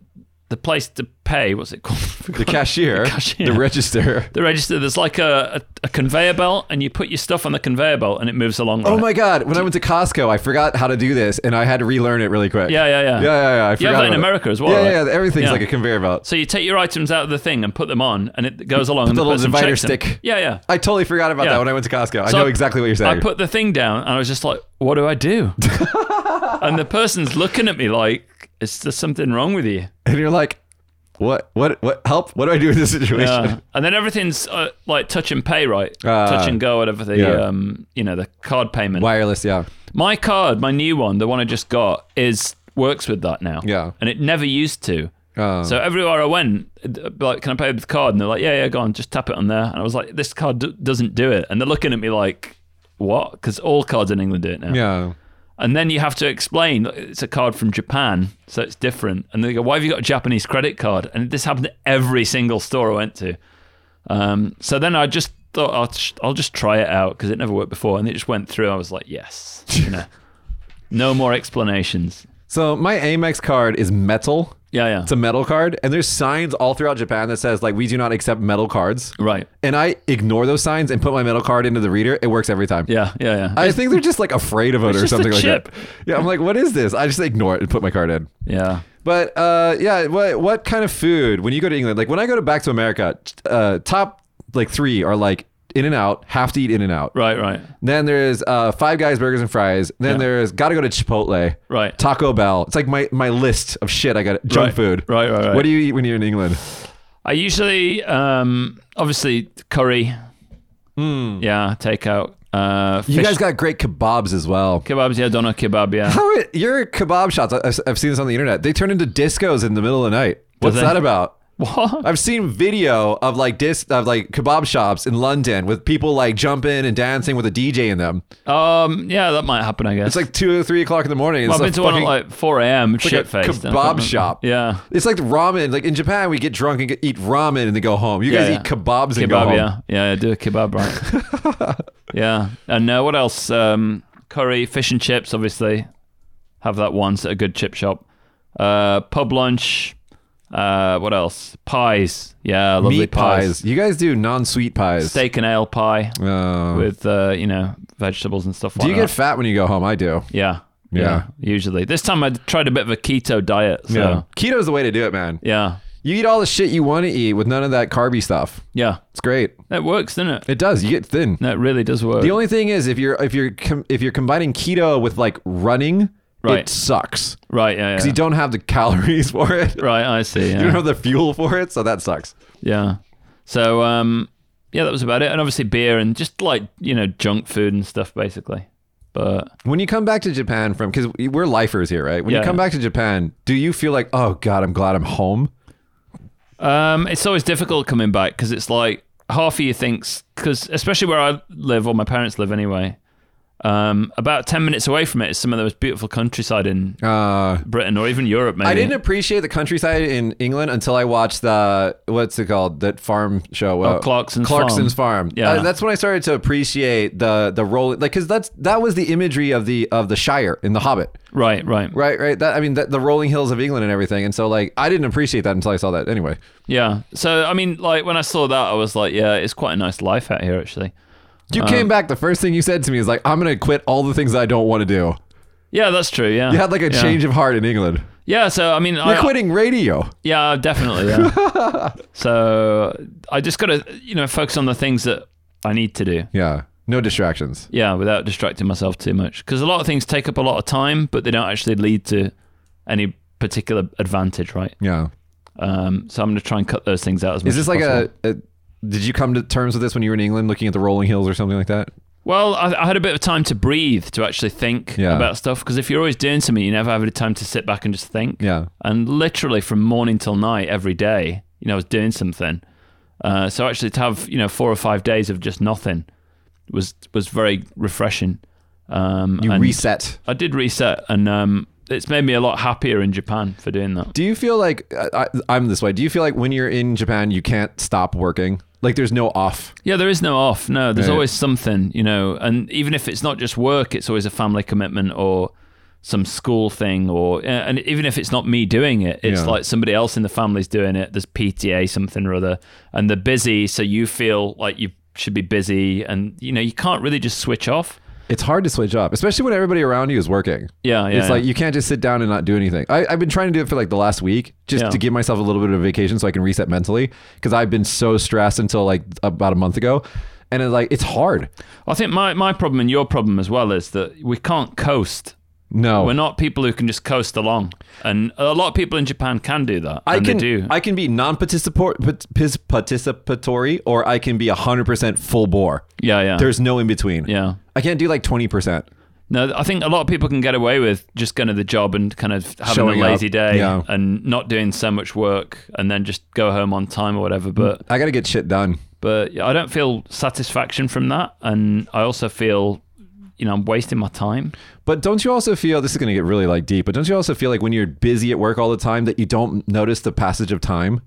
Speaker 2: the place to pay, what's it called?
Speaker 1: The cashier, the,
Speaker 2: cashier.
Speaker 1: register.
Speaker 2: The register. There's like a, a, a conveyor belt, and you put your stuff on the conveyor belt, and it moves along.
Speaker 1: Oh
Speaker 2: on it.
Speaker 1: my god! When I went to Costco, I forgot how to do this, and I had to relearn it really quick.
Speaker 2: Yeah, yeah,
Speaker 1: yeah,
Speaker 2: yeah.
Speaker 1: yeah. yeah I
Speaker 2: You
Speaker 1: forgot
Speaker 2: have that
Speaker 1: about
Speaker 2: in
Speaker 1: it.
Speaker 2: America as well.
Speaker 1: yeah,
Speaker 2: right?
Speaker 1: yeah, yeah. Everything's
Speaker 2: Yeah.
Speaker 1: like a conveyor belt.
Speaker 2: So you take your items out of the thing and put them on, and it goes along. and
Speaker 1: the
Speaker 2: the
Speaker 1: little
Speaker 2: person
Speaker 1: divider
Speaker 2: checks them.
Speaker 1: stick.
Speaker 2: Yeah, yeah.
Speaker 1: I totally forgot about
Speaker 2: Yeah.
Speaker 1: that when I went to Costco.
Speaker 2: So
Speaker 1: I know exactly what you're saying.
Speaker 2: I put the thing down, and I was just like, "What do I do?" and the person's looking at me like, "Is there something wrong with you?"
Speaker 1: and you're like, what? What? What? Help! What do I do in this situation?
Speaker 2: Yeah. and then everything's uh, like touch and pay, right?
Speaker 1: Ah.
Speaker 2: touch and go, whatever the
Speaker 1: Yeah.
Speaker 2: um, you know, the card payment.
Speaker 1: Wireless, yeah.
Speaker 2: My card, my new one, the one I just got, is works with that now.
Speaker 1: Yeah.
Speaker 2: and it never used to.
Speaker 1: Uh,
Speaker 2: So everywhere I went, like, can I pay with the card? And they're like, yeah, yeah, go on, just tap it on there. And I was like, this card d- doesn't do it. And they're looking at me like, what? Because all cards in England do it now.
Speaker 1: yeah.
Speaker 2: And then you have to explain like, it's a card from Japan, so it's different. And they go, why have you got a Japanese credit card? And this happened at every single store I went to. Um, so then I just thought I'll, sh- I'll just try it out because it never worked before, and it just went through. I was like, yes, you know, no more explanations.
Speaker 1: So my Amex card is metal.
Speaker 2: Yeah, yeah,
Speaker 1: It's a metal card, and there's signs all throughout Japan that says like we do not accept metal cards.
Speaker 2: right.
Speaker 1: And I ignore those signs and put my metal card into the reader. It works every time.
Speaker 2: Yeah, yeah, yeah.
Speaker 1: I think they're just like afraid of it or
Speaker 2: just a
Speaker 1: something like that.
Speaker 2: chip.
Speaker 1: Yeah, I'm like, what is this? I just ignore it and put my card in.
Speaker 2: yeah.
Speaker 1: But uh, yeah, what what kind of food when you go to England? Like when I go to back to America, t- uh, top like three are like In and Out. Have to eat In and Out.
Speaker 2: Right, right,
Speaker 1: Then there's uh, Five Guys Burgers and Fries. Then
Speaker 2: Yeah.
Speaker 1: there's got to go to Chipotle.
Speaker 2: right.
Speaker 1: Taco Bell. It's like my, my list of shit I got. Junk
Speaker 2: Right,
Speaker 1: food.
Speaker 2: right, right, right.
Speaker 1: What do you eat when you're in England?
Speaker 2: I usually, um, obviously, curry. Yeah, takeout. Uh, fish
Speaker 1: Hmm. You guys got great kebabs as well.
Speaker 2: kebabs, yeah, doner kebab, yeah.
Speaker 1: How are, your kebab shots? I- I've, I've seen this on the internet. They turn into discos in the middle of the night. What's
Speaker 2: they?
Speaker 1: that about?
Speaker 2: what?
Speaker 1: I've seen video of like dis of like kebab shops in London with people like jumping and dancing with a DJ in them.
Speaker 2: Um, yeah, that might happen, I guess.
Speaker 1: It's like two or three o'clock in the morning. It's
Speaker 2: I've
Speaker 1: a
Speaker 2: been to one at
Speaker 1: fucking-
Speaker 2: like 4 a.m.
Speaker 1: like a
Speaker 2: Shit faced.
Speaker 1: kebab shop.
Speaker 2: Yeah.
Speaker 1: It's like ramen. Like in Japan, we get drunk and get, eat ramen and then go home. You
Speaker 2: Yeah,
Speaker 1: guys
Speaker 2: yeah.
Speaker 1: eat kebabs and go
Speaker 2: Kebab,
Speaker 1: home.
Speaker 2: yeah. Yeah, do a kebab, right. yeah. And uh, what else? Um, curry, fish and chips, obviously. Have that once at a good chip shop. Uh, pub lunch. Uh, what else? Pies. Yeah, lovely
Speaker 1: Meat pies. You guys do non-sweet pies.
Speaker 2: Steak and ale pie
Speaker 1: Uh,
Speaker 2: with, uh, you know, vegetables and stuff
Speaker 1: do
Speaker 2: like
Speaker 1: you
Speaker 2: that.
Speaker 1: get fat when you go home? I do.
Speaker 2: Yeah,
Speaker 1: Yeah.
Speaker 2: yeah. Usually. This time I tried a bit of a keto diet. So yeah.
Speaker 1: Keto's the way to do it, man.
Speaker 2: yeah.
Speaker 1: You eat all the shit you want to eat with none of that carby stuff.
Speaker 2: Yeah.
Speaker 1: It's great.
Speaker 2: It works, doesn't it?
Speaker 1: It does. You get thin.
Speaker 2: That really does work.
Speaker 1: The only thing is if you're if you're com- if you're combining keto with like running, it
Speaker 2: Right.
Speaker 1: sucks.
Speaker 2: right, yeah. yeah.
Speaker 1: You don't have the calories for it.
Speaker 2: right, I see.
Speaker 1: You don't
Speaker 2: Yeah.
Speaker 1: have the fuel for it, so that sucks.
Speaker 2: yeah. So um yeah, that was about it. And obviously beer and just like, you know, junk food and stuff basically. But
Speaker 1: When you come back to Japan from cuz we're lifers here, right? When you
Speaker 2: Yeah,
Speaker 1: come
Speaker 2: yeah.
Speaker 1: back to Japan, do you feel like, "Oh god, I'm glad I'm home?"
Speaker 2: um it's always difficult coming back because it's like half of you thinks because especially where I live or my parents live anyway. Um, about ten minutes away from it is some of the most beautiful countryside in
Speaker 1: Uh
Speaker 2: Britain or even Europe. Maybe
Speaker 1: I didn't appreciate the countryside in England until I watched the what's it called that farm show. uh,
Speaker 2: Oh, Clarkson's
Speaker 1: Clarkson's Farm.
Speaker 2: Yeah.
Speaker 1: Uh, that's when I started to appreciate the the role, like because that's that was the imagery of the of the Shire in The Hobbit,
Speaker 2: Right, right,
Speaker 1: right? Right. That I mean, that, the rolling hills of England and everything, and so like I didn't appreciate that until I saw that. Anyway,
Speaker 2: Yeah. So I mean, like when I saw that, I was like, yeah, it's quite a nice life out here, actually.
Speaker 1: you
Speaker 2: Uh,
Speaker 1: came back. The first thing you said to me is like, "I'm gonna quit all the things I don't want to do."
Speaker 2: Yeah, that's true. Yeah.
Speaker 1: You had like a change of heart in England.
Speaker 2: Yeah. So I mean, I, uh,
Speaker 1: You're quitting radio.
Speaker 2: yeah, definitely. Yeah. so I just got to you know focus on the things that I need to do.
Speaker 1: Yeah. No distractions.
Speaker 2: Yeah, without distracting myself too much, because a lot of things take up a lot of time, but they don't actually lead to any particular advantage, right?
Speaker 1: Yeah.
Speaker 2: Um, so I'm going to try and cut those things out as much.
Speaker 1: Is this
Speaker 2: as
Speaker 1: like
Speaker 2: possible.
Speaker 1: a, a? Did you come to terms with this when you were in England, looking at the rolling hills or something like that?
Speaker 2: Well, I, I had a bit of time to breathe, to actually think
Speaker 1: Yeah.
Speaker 2: about stuff. Because if you're always doing something, you never have any time to sit back and just think.
Speaker 1: Yeah.
Speaker 2: And literally from morning till night, every day, you know, I was doing something. Uh, so actually, to have you know four or five days of just nothing was was very refreshing. Um,
Speaker 1: You
Speaker 2: and
Speaker 1: reset.
Speaker 2: I did reset, and um, it's made me a lot happier in Japan for doing that.
Speaker 1: Do you feel like I, I- I'm this way? Do you feel like when you're in Japan, you can't stop working? Like there's no off.
Speaker 2: Yeah, there is no off. No, there's
Speaker 1: Right.
Speaker 2: always something, you know. And even if it's not just work, it's always a family commitment or some school thing, or and even if it's not me doing it, it's
Speaker 1: Yeah.
Speaker 2: like somebody else in the family's doing it. There's PTA something or other, and they're busy, so you feel like you should be busy, and you know you can't really just switch off.
Speaker 1: It's hard to switch up, especially when everybody around you is working.
Speaker 2: Yeah, yeah.
Speaker 1: it's like
Speaker 2: yeah.
Speaker 1: you can't just sit down and not do anything. I, I've been trying to do it for like the last week, just
Speaker 2: Yeah.
Speaker 1: to give myself a little bit of a vacation so I can reset mentally, because I've been so stressed until like about a month ago, and it's like it's hard.
Speaker 2: I think my my problem and your problem as well is that we can't coast.
Speaker 1: No,
Speaker 2: We're not people who can just coast along, and a lot of people in Japan can do that.
Speaker 1: I
Speaker 2: and
Speaker 1: can
Speaker 2: they do.
Speaker 1: I can be non-participatory, pat- pis- participatory, or I can be hundred percent full bore.
Speaker 2: yeah, yeah,
Speaker 1: There's no in between.
Speaker 2: yeah.
Speaker 1: I can't do like twenty percent.
Speaker 2: No, I think a lot of people can get away with just going to the job and kind of having
Speaker 1: Showing
Speaker 2: a
Speaker 1: up,
Speaker 2: lazy day
Speaker 1: yeah.
Speaker 2: and not doing so much work and then just go home on time or
Speaker 1: Mm.
Speaker 2: whatever. But
Speaker 1: I got to get shit done.
Speaker 2: but I don't feel satisfaction from that, and I also feel you know I'm wasting my time.
Speaker 1: But don't you also feel this is going to get really like deep? But don't you also feel like when you're busy at work all the time that you don't notice the passage of time?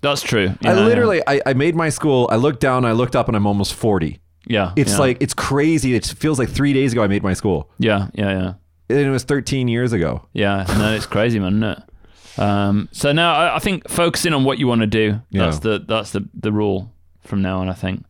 Speaker 2: That's true. You
Speaker 1: I
Speaker 2: know,
Speaker 1: literally, I, I made my school. I looked down, I looked up, and I'm almost forty.
Speaker 2: yeah,
Speaker 1: It's
Speaker 2: yeah.
Speaker 1: like it's crazy. It feels like three days ago I made my school,
Speaker 2: yeah, yeah, yeah.
Speaker 1: and it was 13 years ago.
Speaker 2: Yeah, no, it's crazy, man, isn't it? Um, so now I, I think focusing on what you want to do. That's
Speaker 1: Yeah.
Speaker 2: the that's the, the rule from now on. I think,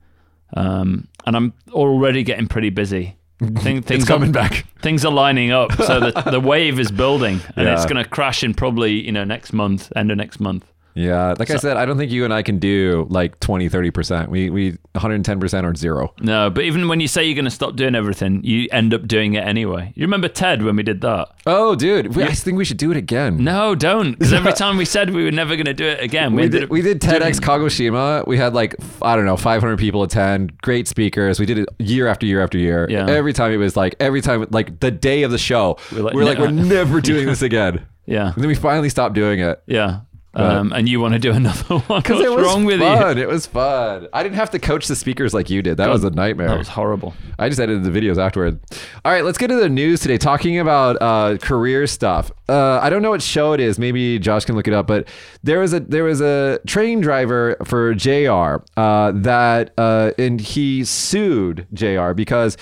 Speaker 2: um, and I'm already getting pretty busy. Thing, things
Speaker 1: It's coming back.
Speaker 2: Things are lining up, so the the wave is building, and
Speaker 1: Yeah.
Speaker 2: it's going to crash in probably you know next month, end of next month.
Speaker 1: Yeah. Like I said, I don't think you and I can do like 20, 30%. We, we 110% or zero.
Speaker 2: No, but even when you say you're going to stop doing everything, you end up doing it anyway. You remember Ted when we did that?
Speaker 1: Oh, dude. We, I think we should do it again.
Speaker 2: No, don't. Because every time we said we were never going to do it again, we,
Speaker 1: We
Speaker 2: ended
Speaker 1: did,
Speaker 2: up
Speaker 1: we did TEDx Kagoshima. We had like, f- I don't know, 500 people attend, great speakers. We did it year after year after year.
Speaker 2: Yeah.
Speaker 1: Every time it was like, every time, like the day of the show, we're
Speaker 2: like,
Speaker 1: like, we're,
Speaker 2: "No."
Speaker 1: never doing this again.
Speaker 2: Yeah,
Speaker 1: And then we finally stopped doing it.
Speaker 2: yeah. Um, and you want to do another one? What's
Speaker 1: Because it was
Speaker 2: wrong with you?
Speaker 1: fun. It was fun. I didn't have to coach the speakers like you did. That was a nightmare.
Speaker 2: That was horrible.
Speaker 1: I just edited the videos afterward. All right, let's get into the news today, talking about uh, career stuff. Uh, I don't know what show it is. Maybe Josh can look it up. But there was a there was a train driver for JR uh, that uh, and he sued JR because.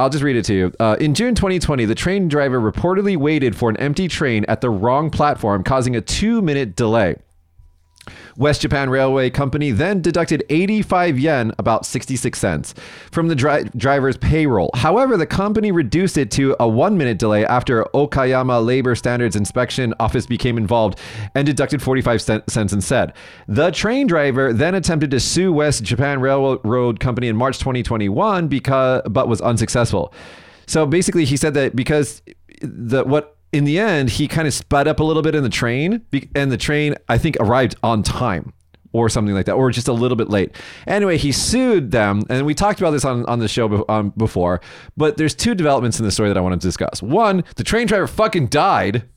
Speaker 1: I'll just read it to you. Uh, in June 2020, the train driver reportedly waited for an empty train at the wrong platform, causing a two minute delay. West Japan Railway Company then deducted 85 yen, about 66 cents, from the dri- driver's payroll. However, the company reduced it to a one minute delay after Okayama Labor Standards Inspection Office became involved and deducted 45 cent- cents instead. The train driver then attempted to sue West Japan Railroad Company in March 2021 because, but was unsuccessful. So basically, he said that because the what in the end he kind of sped up a little bit in the train, be- and the train I think arrived on time or something like that, or just a little bit late. Anyway, he sued them, and we talked about this on on the show be- um, before. But there's two developments in the story that I want to discuss. One, the train driver fucking died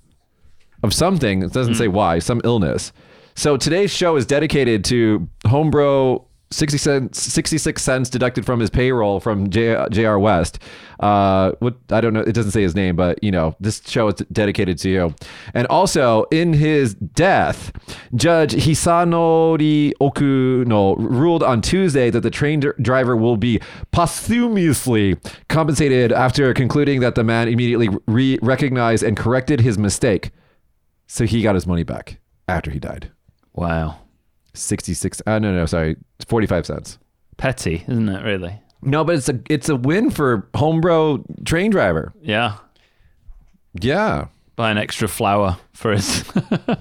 Speaker 1: of something. It doesn't say why, some illness. So today's show is dedicated to homebro 60 cents, 66 cents deducted from his payroll from J, JR West. Uh, what I don't know, it doesn't say his name, but you know, this show is dedicated to you. And also, in his death, Judge Hisanori Okuno ruled on Tuesday that the train dr- driver will be posthumously compensated after concluding that the man immediately re- recognized and corrected his mistake. So he got his money back after he died.
Speaker 2: Wow,
Speaker 1: 66 uh, no no sorry, 45 cents.
Speaker 2: petty, isn't it? Really?
Speaker 1: No, but it's a it's a win for homebro train driver.
Speaker 2: Yeah.
Speaker 1: Yeah.
Speaker 2: Buy an extra flower for us. oh my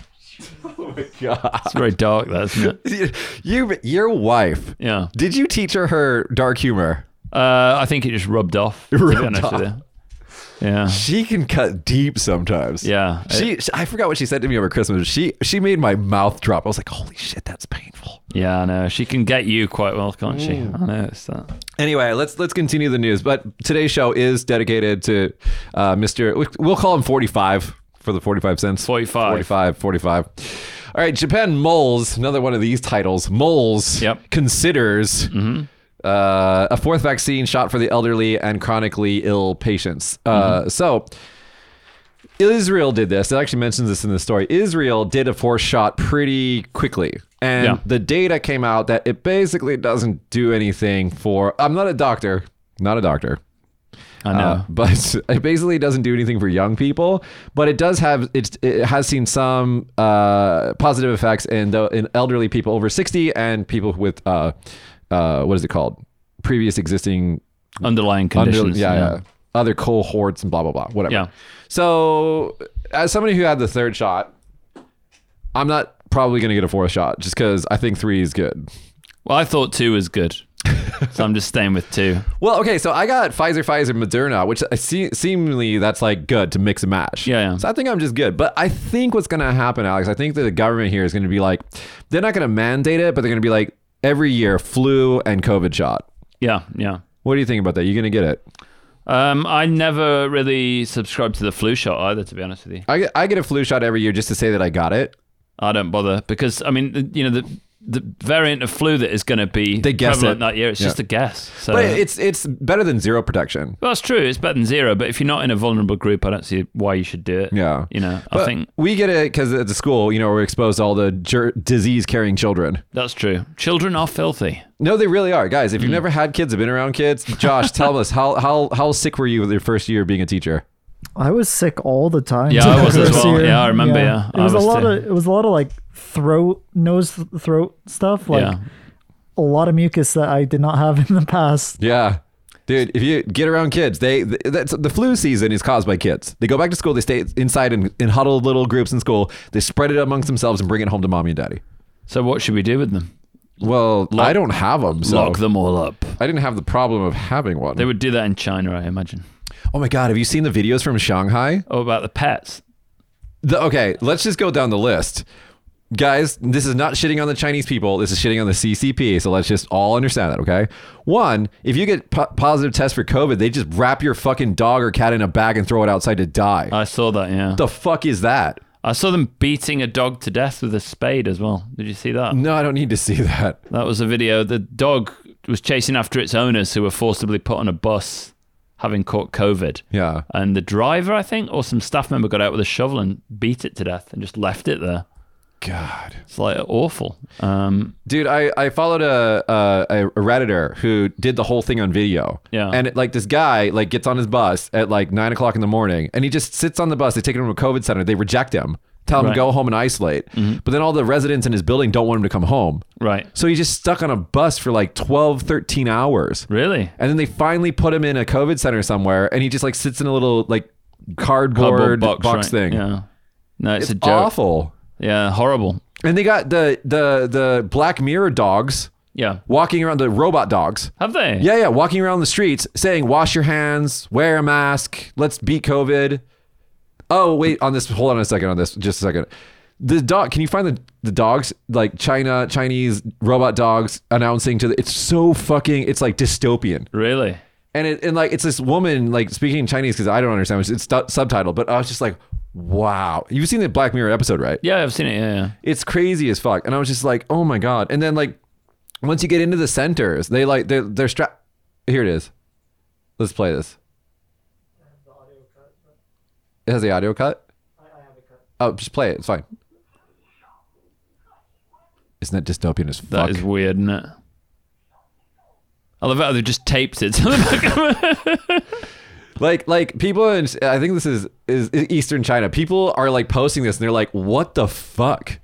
Speaker 1: Oh
Speaker 2: god, it's very dark, that isn't it?
Speaker 1: You your wife.
Speaker 2: Yeah.
Speaker 1: Did you teach her her dark humor?
Speaker 2: Uh, I think it just rubbed off. to be
Speaker 1: Rubbed
Speaker 2: honest with
Speaker 1: off.
Speaker 2: you. Yeah.
Speaker 1: She can cut deep sometimes.
Speaker 2: Yeah.
Speaker 1: She, I forgot what she said to me over Christmas. She she made my mouth drop. I was like, "Holy shit, that's painful."
Speaker 2: Yeah, I know. She can get you quite well, can't she?
Speaker 1: Mm.
Speaker 2: I know it's that.
Speaker 1: Anyway, let's let's continue the news. But today's show is dedicated to uh, Mr. We'll call him 45 for the 45 cents.
Speaker 2: 45.
Speaker 1: 45, 45. All right, Japan Moles, another one of these titles. Moles
Speaker 2: Yep.
Speaker 1: considers uh, a fourth vaccine shot for the elderly and chronically ill patients. Uh, so Israel did this. It actually mentions this in the story. Israel did a fourth shot pretty quickly. And
Speaker 2: Yeah.
Speaker 1: the data came out that it basically doesn't do anything for. I'm not a doctor, not a doctor,
Speaker 2: I know.
Speaker 1: uh, but it basically doesn't do anything for young people. But it does have it's, it has seen some uh, positive effects in the, in elderly people over 60 and people with uh, uh, what is it called previous existing
Speaker 2: Underlying
Speaker 1: under-
Speaker 2: conditions.
Speaker 1: yeah, yeah. Other cohorts and blah blah blah. Whatever.
Speaker 2: Yeah.
Speaker 1: So as somebody who had the third shot, I'm not probably gonna get a fourth shot just because I think three is good.
Speaker 2: Well, I thought two was good, so I'm just staying with two.
Speaker 1: Well, okay, so I got Pfizer, Pfizer, Moderna, which I see, seemingly that's like good to mix and match.
Speaker 2: Yeah, yeah.
Speaker 1: So I think I'm just good. But I think what's going to happen, Alex, I think that the government here is going to be like, they're not going to mandate it, but they're going to be like, every year, flu and COVID shot.
Speaker 2: Yeah, yeah.
Speaker 1: What do you think about that? You going to get it?
Speaker 2: Um, I never really subscribed to the flu shot either, to be honest with you.
Speaker 1: I get, I get a flu shot every year just to say that I got it.
Speaker 2: I don't bother because I mean, the- you know, the the variant of flu that is going to be
Speaker 1: They guess
Speaker 2: prevalent
Speaker 1: it.
Speaker 2: that year, it's
Speaker 1: Yeah.
Speaker 2: just a guess. So
Speaker 1: But it's it's better than zero protection.
Speaker 2: Well, that's true. It's better than zero. But if you're not in a vulnerable group, I don't see why you should do it.
Speaker 1: Yeah.
Speaker 2: You know, I
Speaker 1: But
Speaker 2: think
Speaker 1: we get it because at the school, you know, we're exposed to all the jer- disease carrying children.
Speaker 2: that's true. Children are filthy.
Speaker 1: No, they really are, guys.
Speaker 2: Mm.
Speaker 1: If you've never had kids, have been around kids, Josh, tell us how how how sick were you with your first year being a teacher?
Speaker 3: I was sick all the time.
Speaker 2: Yeah, I was as
Speaker 3: First
Speaker 2: well. Yeah, I remember, yeah.
Speaker 3: it was,
Speaker 2: I was
Speaker 3: a lot
Speaker 2: too.
Speaker 3: of it was a lot of like throat, nose, th- throat stuff. Like
Speaker 2: yeah.
Speaker 3: a lot of mucus that I did not have in the past.
Speaker 1: Yeah. Dude, if you get around kids, they th- that's the flu season is caused by kids. They go back to school, they stay inside in, in huddled little groups in school, they spread it amongst themselves and bring it home to mommy and daddy.
Speaker 2: So what should we do with them?
Speaker 1: Well,
Speaker 2: Lock-
Speaker 1: I don't have them, so
Speaker 2: Lock them all up.
Speaker 1: I didn't have the problem of having one.
Speaker 2: They would do that in China, I imagine.
Speaker 1: oh my god, have you seen the videos from Shanghai?
Speaker 2: Oh, about the pets.
Speaker 1: The, okay, let's just go down the list. Guys, this is not shitting on the Chinese people. This is shitting on the CCP. So let's just all understand that, okay? One, if you get po- positive tests for COVID, they just wrap your fucking dog or cat in a bag and throw it outside to die.
Speaker 2: I saw that. Yeah,
Speaker 1: the fuck is that?
Speaker 2: I saw them beating a dog to death with a spade as well. Did you see that?
Speaker 1: No, I don't need to see that.
Speaker 2: That was a video. The dog was chasing after its owners who were forcibly put on a bus having caught COVID.
Speaker 1: Yeah.
Speaker 2: And the driver, I think, or some staff member got out with a shovel and beat it to death and just left it there.
Speaker 1: God.
Speaker 2: It's like awful. Um,
Speaker 1: Dude, I, I followed a, a a redditor who did the whole thing on video.
Speaker 2: Yeah.
Speaker 1: and it, like this guy like gets on his bus at like nine o'clock in the morning, and he just sits on the bus. They take him to a COVID center. They reject him, tell him
Speaker 2: Right. Mm-hmm.
Speaker 1: to go home and isolate. But then all the residents in his building don't want him to come home,
Speaker 2: right.
Speaker 1: so he's just stuck on a bus for like 12, 13 hours.
Speaker 2: Really?
Speaker 1: And then they finally put him in a COVID center somewhere, and he just like sits in a little like cardboard,
Speaker 2: Cardboard
Speaker 1: box,
Speaker 2: right?
Speaker 1: thing.
Speaker 2: Yeah. No, it's,
Speaker 1: It's
Speaker 2: a joke.
Speaker 1: awful.
Speaker 2: Yeah, horrible.
Speaker 1: And they got the the the Black Mirror dogs
Speaker 2: Yeah.
Speaker 1: walking around the robot dogs.
Speaker 2: Have they?
Speaker 1: Yeah, yeah, walking around the streets saying, wash your hands, wear a mask, let's beat COVID. Oh, wait, on this, hold on a second on this, just a second. The dog, can you find the, the dogs, like China, Chinese robot dogs announcing to the, it's so fucking, it's like dystopian.
Speaker 2: Really?
Speaker 1: And it, and like, it's this woman, like speaking in Chinese, because I don't understand, it's, it's stu- subtitled, but I was just like, wow. You've seen the Black Mirror episode, right?
Speaker 2: Yeah, I've seen it. Yeah, yeah.
Speaker 1: it's crazy as fuck. And I was just like, oh my god. And then like, once you get into the centers, they like they're they're strapped. Here it is. Let's play this. It has the audio cut. Oh, just play it. It's fine. Isn't that dystopian as fuck?
Speaker 2: That is weird, isn't it? I love how they've just taped it to the back of
Speaker 1: like like people in I think this is is Eastern China. People are like posting this and they're like, what the fuck?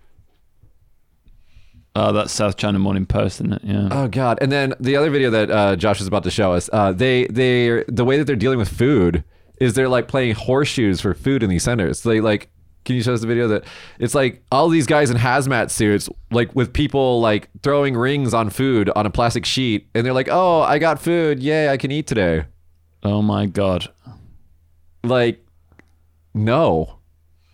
Speaker 2: Oh, that's South China Morning Post, isn't it? Yeah.
Speaker 1: Oh god! And then the other video that uh, Josh is about to show us, uh, they they the way that they're dealing with food is they're like playing horseshoes for food in these centers. They like, can you show us the video that it's like all these guys in hazmat suits, like with people like throwing rings on food on a plastic sheet, and they're like, "Oh, I got food! Yay, I can eat today!"
Speaker 2: oh my god.
Speaker 1: Like, no.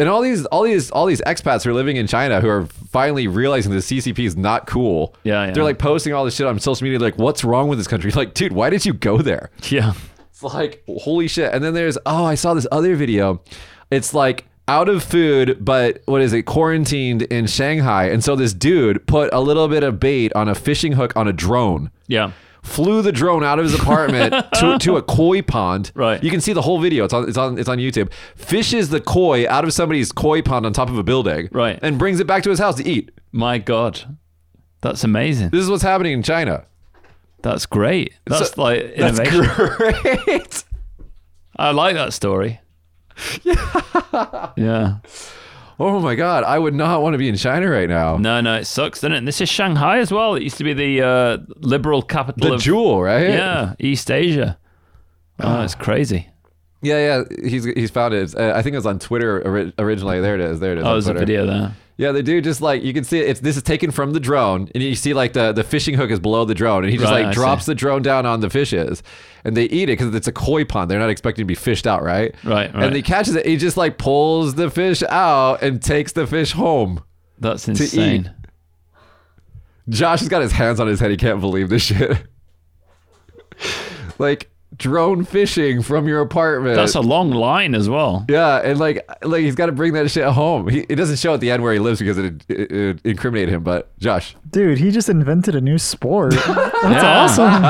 Speaker 1: And all these all these all these expats who are living in China who are finally realizing the CCP is not cool.
Speaker 2: Yeah, yeah.
Speaker 1: They're like posting all this shit on social media, like, what's wrong with this country? Like, dude, why did you go there?
Speaker 2: Yeah.
Speaker 1: It's like, holy shit. And then there's, oh, I saw this other video. It's like out of food, but what is it? Quarantined in Shanghai. And so this dude put a little bit of bait on a fishing hook on a drone.
Speaker 2: Yeah.
Speaker 1: Flew the drone out of his apartment to, to a koi pond.
Speaker 2: Right.
Speaker 1: You can see the whole video. It's on it's on it's on YouTube. Fishes the koi out of somebody's koi pond on top of a building.
Speaker 2: Right.
Speaker 1: And brings it back to his house to eat.
Speaker 2: My god. That's amazing.
Speaker 1: This is what's happening in China.
Speaker 2: That's great. That's
Speaker 1: So-
Speaker 2: like innovation.
Speaker 1: That's great.
Speaker 2: I like that story. Yeah. yeah.
Speaker 1: Oh my god, I would not want to be in China right now.
Speaker 2: No, no, it sucks, doesn't it? And this is Shanghai as well. It used to be the uh, liberal capital
Speaker 1: the
Speaker 2: of
Speaker 1: jewel, Ah. right?
Speaker 2: yeah, East Asia. Oh, it's crazy.
Speaker 1: yeah, yeah. He's he's found it. It's, uh, I think it was on Twitter ori- originally. There it is. There it is.
Speaker 2: Oh,
Speaker 1: on
Speaker 2: there's a
Speaker 1: Twitter.
Speaker 2: video there.
Speaker 1: Yeah, they do. Just like you can see, it. it's this is taken from the drone, and you see like the the fishing hook is below the drone, and he just
Speaker 2: Right,
Speaker 1: like
Speaker 2: I
Speaker 1: drops the drone down on the fishes, and they eat it because it's a koi pond. They're not expecting to be fished out, right?
Speaker 2: Right, right.
Speaker 1: And he catches it. He just like pulls the fish out and takes the fish home.
Speaker 2: That's insane.
Speaker 1: Josh has got his hands on his head. He can't believe this shit. like drone fishing from your apartment.
Speaker 2: That's a long line as well.
Speaker 1: yeah, and like like he's got to bring that shit home. He, it doesn't show at the end where he lives because it, it, it incriminated him. But Josh,
Speaker 3: Dude, he just invented a new sport.
Speaker 2: That's
Speaker 3: awesome.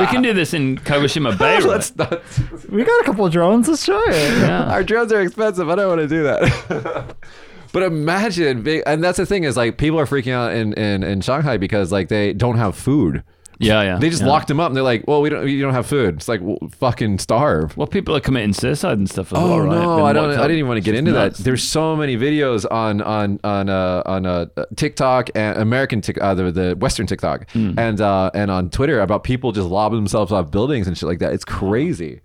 Speaker 2: we can do this in Kawashima Bay. right?
Speaker 1: let's not.
Speaker 3: we got a couple drones. Let's try it.
Speaker 2: yeah.
Speaker 1: Our drones are expensive. I don't want to do that. but imagine being, and that's the thing is like people are freaking out in in, in Shanghai because like they don't have food.
Speaker 2: yeah, yeah.
Speaker 1: They just
Speaker 2: yeah.
Speaker 1: locked him up and they're like, well, we don't, you don't have food. It's like, well, fucking starve.
Speaker 2: Well, people are committing suicide and stuff. as
Speaker 1: Oh
Speaker 2: well, right?
Speaker 1: no,
Speaker 2: Been
Speaker 1: I don't.
Speaker 2: locked
Speaker 1: I
Speaker 2: up.
Speaker 1: didn't even want to get
Speaker 2: It's
Speaker 1: into
Speaker 2: nuts.
Speaker 1: that. There's so many videos on on on uh, on uh, TikTok and American Tik, uh, the, the Western TikTok
Speaker 2: Hmm.
Speaker 1: and uh, and on Twitter about people just lobbing themselves off buildings and shit like that. It's crazy.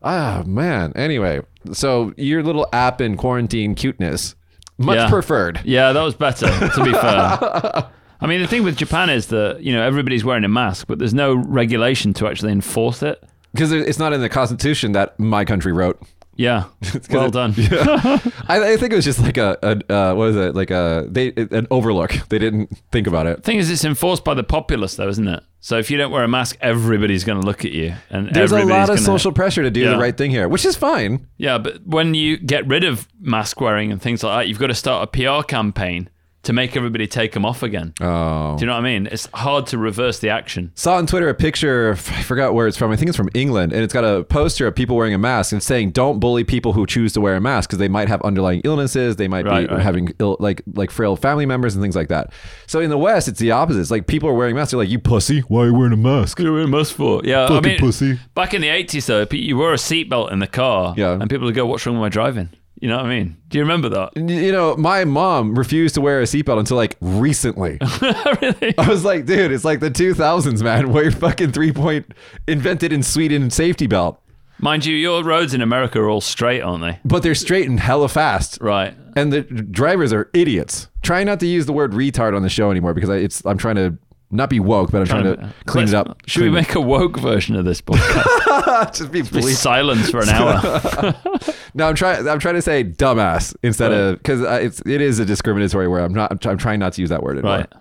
Speaker 1: Ah man. Anyway, so your little app in quarantine cuteness. Much
Speaker 2: Yeah.
Speaker 1: preferred.
Speaker 2: Yeah, that was better, to be fair. I mean, the thing with Japan is that, you know, everybody's wearing a mask, but there's no regulation to actually enforce it.
Speaker 1: Because it's not in the Constitution that my country wrote.
Speaker 2: Yeah. well done.
Speaker 1: I, I think it was just like a, a uh, what is it? Like a they an overlook. They didn't think about it.
Speaker 2: thing is, it's enforced by the populace, though, isn't it? So if you don't wear a mask, everybody's going to look at you. And
Speaker 1: There's a
Speaker 2: everybody's
Speaker 1: lot of
Speaker 2: gonna-
Speaker 1: social pressure to do the
Speaker 2: Yeah.
Speaker 1: right thing here, which is fine.
Speaker 2: Yeah, but when you get rid of mask wearing and things like that, you've got to start a PR campaign to make everybody take them off again.
Speaker 1: Oh.
Speaker 2: Do you know what I mean? It's hard to reverse the action.
Speaker 1: Saw on Twitter a picture, of- I forgot where it's from. I think it's from England. And it's got a poster of people wearing a mask and saying, don't bully people who choose to wear a mask because they might have underlying illnesses. They might
Speaker 2: Right,
Speaker 1: be
Speaker 2: right.
Speaker 1: having Ill, like like frail family members and things like that. So in the West, it's the opposite. It's like people are wearing masks. They're like, you pussy. Why are you wearing a mask?
Speaker 2: You're in mask for. Yeah, I
Speaker 1: Fucking
Speaker 2: mean,
Speaker 1: pussy.
Speaker 2: Back in the 80s, though, pe- you wore a seatbelt in the car.
Speaker 1: Yeah.
Speaker 2: And people would go, what's wrong with my driving? You know what I mean? Do you remember that?
Speaker 1: You know, my mom refused to wear a seatbelt until like recently.
Speaker 2: really?
Speaker 1: I was like, dude, it's like the 2000s, man. Wear your fucking three point invented in Sweden safety belt.
Speaker 2: Mind you, your roads in America are all straight, aren't they?
Speaker 1: But they're straight and hella fast.
Speaker 2: Right.
Speaker 1: and the drivers are idiots. Try not to use the word retard on the show anymore because I, it's I'm trying to not be woke, but I'm trying, to clean it up.
Speaker 2: Um, Should we
Speaker 1: Clean
Speaker 2: make a woke version of this podcast?
Speaker 1: it- just be
Speaker 2: Be
Speaker 1: police?
Speaker 2: silence for an hour.
Speaker 1: No, I'm trying. I'm trying to say dumbass instead
Speaker 2: Right.
Speaker 1: of because it's it is a discriminatory word. I'm not. I'm, try- I'm trying not to use that word anymore.
Speaker 2: Right.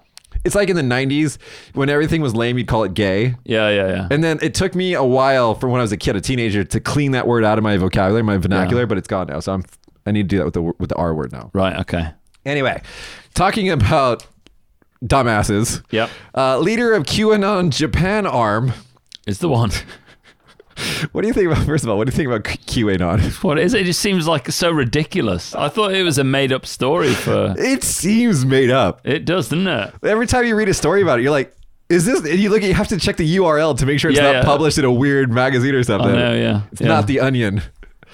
Speaker 1: It's like in the '90s when everything was lame, you'd call it gay.
Speaker 2: Yeah, yeah, yeah.
Speaker 1: And then it took me a while from when I was a kid, a teenager, to clean that word out of my vocabulary, my vernacular, but it's gone now. So I'm I need to do that with the with the R word now.
Speaker 2: Right, okay.
Speaker 1: Anyway, talking about dumbasses.
Speaker 2: Yep.
Speaker 1: Uh, leader of QAnon Japan arm.
Speaker 2: It's the one.
Speaker 1: What do you think about? First of all, what do you think about Q- QAnon?
Speaker 2: What is it? It just seems like so ridiculous. I thought it was a made up story for.
Speaker 1: It seems made up.
Speaker 2: It does, doesn't it?
Speaker 1: Every time you read a story about it, you're like, "Is this?" And you look, you have to check the URL to make sure it's
Speaker 2: Yeah,
Speaker 1: not
Speaker 2: yeah.
Speaker 1: published in a weird magazine or something.
Speaker 2: I know, yeah.
Speaker 1: It's
Speaker 2: yeah.
Speaker 1: not the Onion.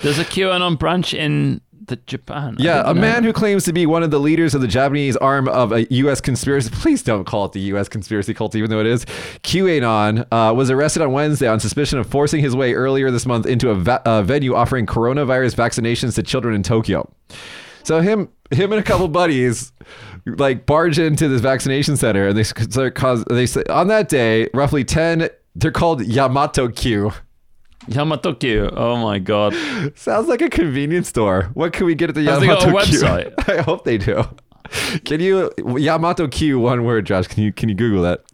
Speaker 2: There's a QAnon branch in the Japan. I
Speaker 1: Yeah,
Speaker 2: didn't
Speaker 1: a
Speaker 2: know.
Speaker 1: man who claims to be one of the leaders of the Japanese arm of a U.S. conspiracy. Please don't call it the U.S. conspiracy cult, even though it is. QAnon uh, was arrested on Wednesday on suspicion of forcing his way earlier this month into a, va- a venue offering coronavirus vaccinations to children in Tokyo. So him, him, and a couple buddies like barge into this vaccination center, and they s- start cause they say on that day roughly ten. They're called Yamato Q.
Speaker 2: Yamatokyo. Oh my god.
Speaker 1: Sounds like a convenience store. What can we get at the
Speaker 2: Have they got
Speaker 1: Yamato
Speaker 2: a
Speaker 1: Q?
Speaker 2: website?
Speaker 1: I hope they do. Can you Yamato Q one word, Josh? Can you can you Google that?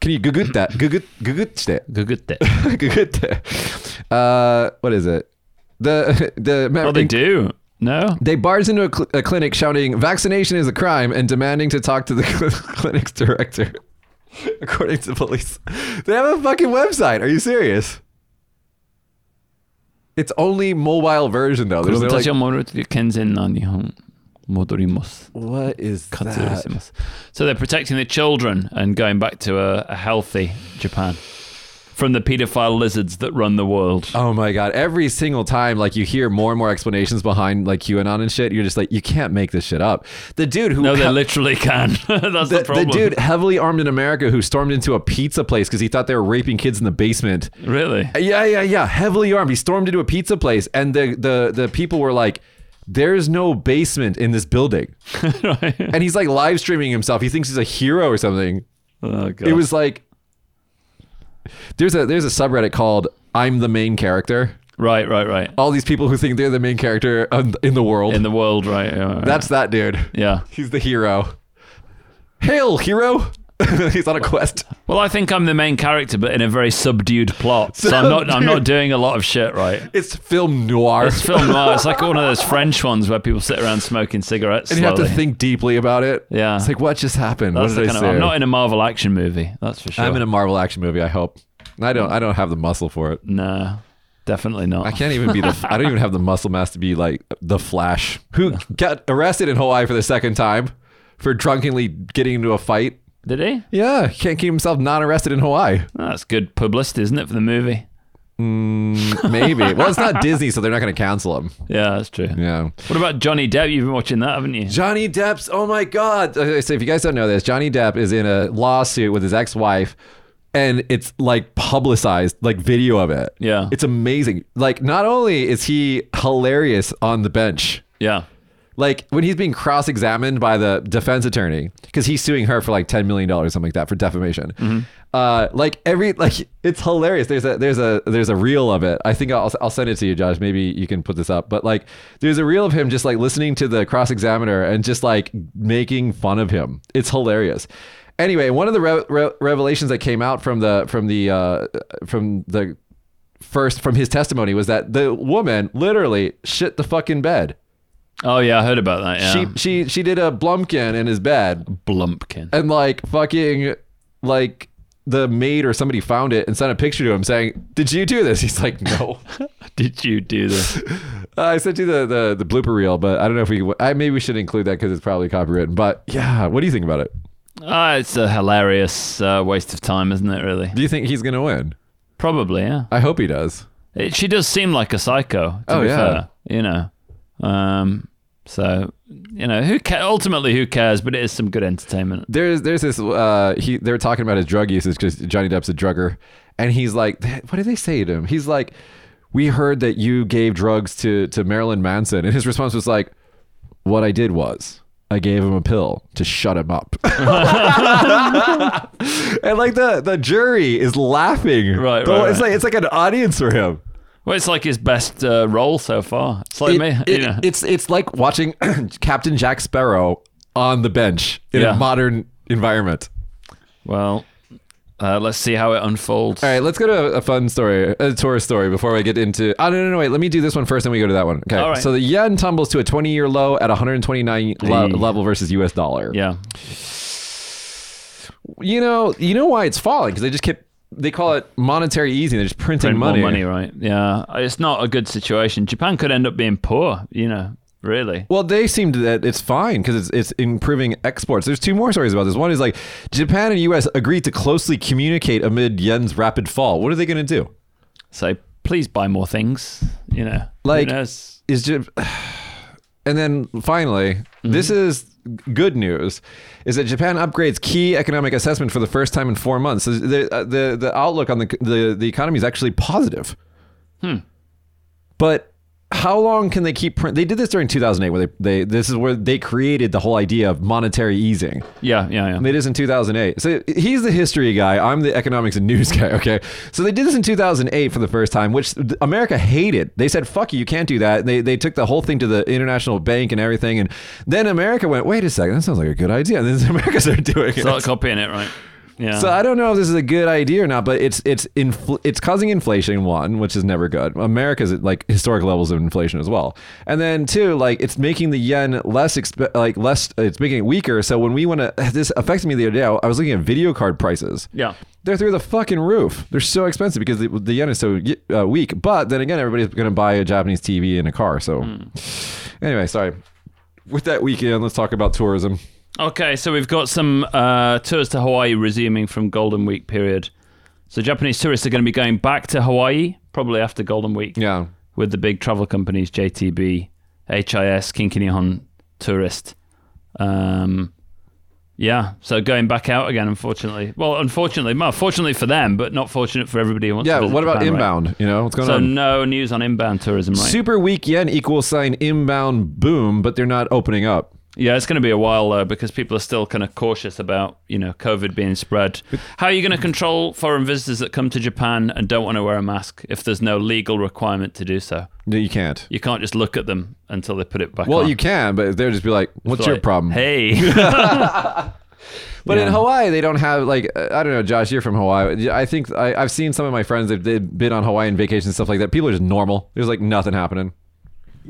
Speaker 1: Can you Google that? Google Google that.
Speaker 2: Gugute.
Speaker 1: Google that. Uh, what is it? The the
Speaker 2: Oh, they do. No.
Speaker 1: They barged into a, cl- a clinic shouting "Vaccination is a crime" and demanding to talk to the cl- clinic's director. According to police, they have a fucking website. Are you serious? It's only mobile version though. There's no, like,
Speaker 2: 私は戻って健全な日本戻ります。
Speaker 1: what is that?
Speaker 2: 活用します。So they're protecting the children and going back to a, a healthy Japan from the paedophile lizards that run the world.
Speaker 1: Oh my god! Every single time, like you hear more and more explanations behind like QAnon and shit, you're just like, you can't make this shit up. The dude who
Speaker 2: No, they
Speaker 1: co-
Speaker 2: literally can. That's the,
Speaker 1: the, the
Speaker 2: problem.
Speaker 1: dude heavily armed in America who stormed into a pizza place because he thought they were raping kids in the basement.
Speaker 2: Really?
Speaker 1: Yeah, yeah, yeah. Heavily armed. He stormed into a pizza place, and the the the people were like, "There's no basement in this building."
Speaker 2: right.
Speaker 1: And he's like live streaming himself. He thinks he's a hero or something.
Speaker 2: Oh, God.
Speaker 1: It was like there's a there's a subreddit called "I'm the main character."
Speaker 2: right, right, right.
Speaker 1: All these people who think they're the main character on- in the world.
Speaker 2: In the world, right? yeah, right.
Speaker 1: That's that dude.
Speaker 2: yeah.
Speaker 1: He's the hero. Hail, hero! he's on a quest.
Speaker 2: Well, I think I'm the main character, but in a very subdued plot. So I'm not. I'm not doing a lot of shit, right?
Speaker 1: It's film noir.
Speaker 2: It's film noir. It's like one of those French ones where people sit around smoking cigarettes.
Speaker 1: and you have to
Speaker 2: slowly.
Speaker 1: think deeply about it.
Speaker 2: Yeah.
Speaker 1: It's like, what just happened?
Speaker 2: That's
Speaker 1: what
Speaker 2: the
Speaker 1: did I
Speaker 2: kind of,
Speaker 1: say?
Speaker 2: I'm not in a Marvel action movie. That's for sure.
Speaker 1: I'm in a Marvel action movie. I hope. I don't. I don't have the muscle for it.
Speaker 2: Nah, definitely not.
Speaker 1: I can't even be the. I don't even have the muscle mass to be like the Flash, who got arrested in Hawaii for the second time for drunkenly getting into a fight.
Speaker 2: Did he?
Speaker 1: Yeah, can't keep himself not arrested in Hawaii.
Speaker 2: That's good publicity, isn't it, for the movie?
Speaker 1: Maybe. well, it's not Disney, so they're not going to cancel him.
Speaker 2: Yeah, that's true.
Speaker 1: Yeah.
Speaker 2: What about Johnny Depp? You've been watching that, haven't you?
Speaker 1: Johnny Depp's. Oh my God. Okay, so if you guys don't know this, Johnny Depp is in a lawsuit with his ex-wife, and it's like publicized, like video of it.
Speaker 2: Yeah.
Speaker 1: it's amazing. Like, not only is he hilarious on the bench,
Speaker 2: Yeah.
Speaker 1: Like when he's being cross-examined by the defense attorney because he's suing her for like ten million dollars, something like that, for defamation. Uh, like every like it's hilarious. There's a there's a there's a reel of it. I think I'll I'll send it to you, Josh. Maybe you can put this up. But like there's a reel of him just like listening to the cross-examiner and just like making fun of him. It's hilarious anyway, one of the re- re- revelations that came out from the from the uh, from the first from his testimony was that the woman literally shit the fucking bed.
Speaker 2: Oh yeah, I heard about that. Yeah,
Speaker 1: She she she did a blumpkin in his bed
Speaker 2: Blumpkin.
Speaker 1: and like fucking like the maid or somebody found it and sent a picture to him saying, "Did you do this?" He's like, "No."
Speaker 2: Did you do this?
Speaker 1: Uh, I sent you the, the the blooper reel, but I don't know if we I maybe we should include that because it's probably copyrighted. But yeah, what do you think about it?
Speaker 2: Ah, it's a hilarious uh, waste of time, isn't it? Really?
Speaker 1: Do you think he's gonna win?
Speaker 2: Probably. Yeah.
Speaker 1: I hope he does.
Speaker 2: It, she does seem like a psycho. To
Speaker 1: Oh,
Speaker 2: be
Speaker 1: yeah.
Speaker 2: fair, you know. Um, so you know who ca- ultimately who cares? But it is some good entertainment.
Speaker 1: there's there's this uh he they're talking about his drug usage because Johnny Depp's a drugger, and he's like, what did they say to him? He's like, we heard that you gave drugs to to Marilyn Manson, and his response was like, what I did was. I gave him a pill to shut him up, and like the the jury is laughing.
Speaker 2: Right,
Speaker 1: The-
Speaker 2: right,
Speaker 1: It's
Speaker 2: right.
Speaker 1: like it's like an audience for him.
Speaker 2: Well, it's like his best uh, role so far. It's like
Speaker 1: It-
Speaker 2: me.
Speaker 1: it-
Speaker 2: you know.
Speaker 1: It's it's like watching Captain Jack Sparrow on the bench in
Speaker 2: Yeah.
Speaker 1: a modern environment.
Speaker 2: well, uh, let's see how it unfolds.
Speaker 1: All right, let's go to a- a fun story, a tourist story, before I get into. Oh no, no, no, wait. Let me do this one first, and we go to that one. Okay.
Speaker 2: All right.
Speaker 1: So the yen tumbles to a 20-year low at 129 le-
Speaker 2: Hey.
Speaker 1: level versus U.S. dollar.
Speaker 2: Yeah.
Speaker 1: You know, you know why it's falling because they just kept. They call it monetary easing. They're just printing
Speaker 2: Print
Speaker 1: money.
Speaker 2: More money, right? Yeah. It's not a good situation. Japan could end up being poor. You know. Really.
Speaker 1: Well, they seem to that it's fine because it's it's improving exports. There's two more stories about this. One is like Japan and U.S. agreed to closely communicate amid yen's rapid fall. What are they going to do?
Speaker 2: So please buy more things. You know.
Speaker 1: Like-
Speaker 2: Who knows?
Speaker 1: is just and then finally this is good news is that japan upgrades key economic assessment for the first time in four months So the, uh, the, the outlook on the, the, the economy is actually positive but how long can they keep print they did this during 2008 where they, they this is where they created the whole idea of monetary easing
Speaker 2: Yeah. Yeah. Yeah.
Speaker 1: it is in 2008. So he's the history guy. I'm the economics and news guy. Okay. So they did this in 2008 for the first time, which America hated. They said, fuck you, you can't do that. They, they took the whole thing to the international bank and everything. And then America went, wait a second, that sounds like a good idea. And then America started doing it.
Speaker 2: Start copying it, right? Yeah.
Speaker 1: So I don't know if this is a good idea or not, but it's it's infl- it's causing inflation one, which is never good. America's at like historic levels of inflation as well, and then two, like it's making the yen less exp- like less it's making it weaker. So when we want to, this affected me the other day. I was looking at video card prices.
Speaker 2: yeah.
Speaker 1: They're through the fucking roof. They're so expensive because the, the yen is so uh, weak. But then again, everybody's going to buy a Japanese TV and a car. So
Speaker 2: Hmm.
Speaker 1: anyway, sorry. With that weekend, let's talk about tourism.
Speaker 2: Okay, so we've got some uh, tours to Hawaii resuming from Golden Week period. So Japanese tourists are going to be going back to Hawaii probably after Golden Week
Speaker 1: Yeah.
Speaker 2: with the big travel companies JTB, HIS, Kinkinihon Tourist. Um, yeah, so going back out again, unfortunately. Well, unfortunately, well, fortunately for them, but not fortunate for everybody who wants
Speaker 1: Yeah.
Speaker 2: to visit
Speaker 1: What about
Speaker 2: Japan, right?
Speaker 1: inbound? You know, what's going
Speaker 2: So
Speaker 1: on?
Speaker 2: no news on inbound tourism, right?
Speaker 1: Super weak yen equals sign inbound boom, but they're not opening up.
Speaker 2: Yeah, it's going to be a while though because people are still kind of cautious about you know COVID being spread. How are you going to control foreign visitors that come to Japan and don't want to wear a mask if there's no legal requirement to do so?
Speaker 1: No, you can't.
Speaker 2: You can't just look at them until they put it back on.
Speaker 1: Well, you can, but they'll just be like, "What's
Speaker 2: It's
Speaker 1: your
Speaker 2: like,
Speaker 1: problem?"
Speaker 2: Hey,
Speaker 1: but in
Speaker 2: yeah.
Speaker 1: Hawaii, they don't have like uh, I don't know, Josh. You're from Hawaii. I think I, I've seen some of my friends that they've been on Hawaiian vacation and stuff like that. People are just normal. There's like nothing happening.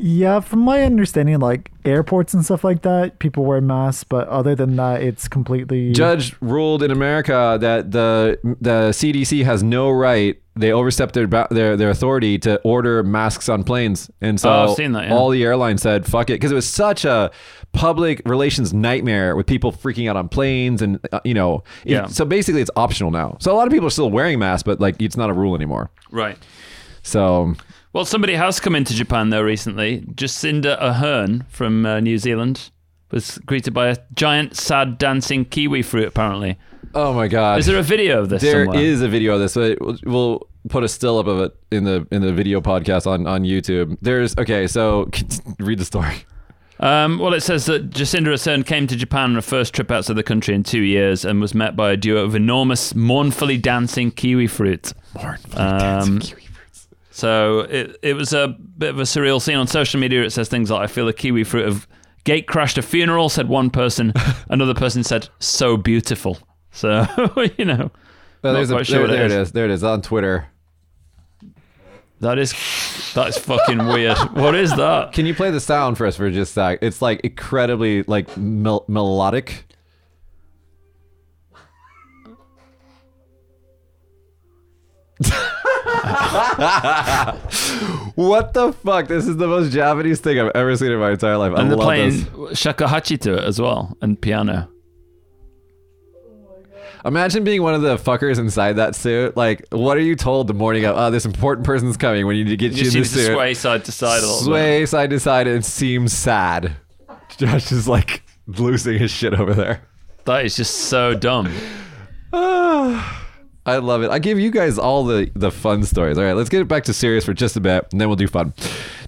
Speaker 3: Yeah, from my understanding, like airports and stuff like that, people wear masks, but other than that, it's completely.
Speaker 1: Judge ruled in America that the the CDC has no right. They overstepped their ba- their their authority to order masks on planes, and so
Speaker 2: Oh, I've seen that, yeah.
Speaker 1: all the airlines said "fuck it" because it was such a public relations nightmare with people freaking out on planes, and uh, you know, it-
Speaker 2: Yeah.
Speaker 1: So basically, it's optional now. So a lot of people are still wearing masks, but like it's not a rule anymore.
Speaker 2: right.
Speaker 1: So
Speaker 2: Well, somebody has come into Japan though recently. Jacinda Ahern from uh, New Zealand was greeted by a giant, sad, dancing kiwi fruit. Apparently,
Speaker 1: oh my god,
Speaker 2: is there a video of this?
Speaker 1: There is
Speaker 2: somewhere?
Speaker 1: a video of this. so it- We'll, we'll put a still up of it in the in the video podcast on on YouTube. There's okay, so read the story.
Speaker 2: Um, well, it says that Jacinda Ardern came to Japan on her first trip outside the country in two years and was met by a duo of enormous, mournfully dancing kiwi fruit. Um, So it, it was a bit of a surreal scene on social media. It says things like, I feel the kiwi fruit of gate crashed a funeral, said one person. Another person said, so beautiful. So, you know,
Speaker 1: Well, there's a-
Speaker 2: quite
Speaker 1: there,
Speaker 2: sure what it
Speaker 1: there it
Speaker 2: is.
Speaker 1: is. There it is on Twitter.
Speaker 2: that is, that is fucking weird. What is that?
Speaker 1: Can you play the sound for us for just a sec? It's like incredibly like mel- melodic. what the fuck? This is the most Japanese thing I've ever seen in my entire life. I
Speaker 2: And they're
Speaker 1: love
Speaker 2: playing
Speaker 1: this.
Speaker 2: shakuhachi to it as well and piano.
Speaker 1: Imagine being one of the fuckers inside that suit. Like, what are you told the morning of? Oh, this important person's coming. We need to get
Speaker 2: You
Speaker 1: you,
Speaker 2: just
Speaker 1: in
Speaker 2: need
Speaker 1: the
Speaker 2: to
Speaker 1: suit.
Speaker 2: sway side to side a little bit.
Speaker 1: sway side to side and seems sad. Josh is like losing his shit over there.
Speaker 2: That is just so dumb.
Speaker 1: Ah, I love it. I give you guys all the, the fun stories. All right, let's get it back to serious for just a bit, and then we'll do fun.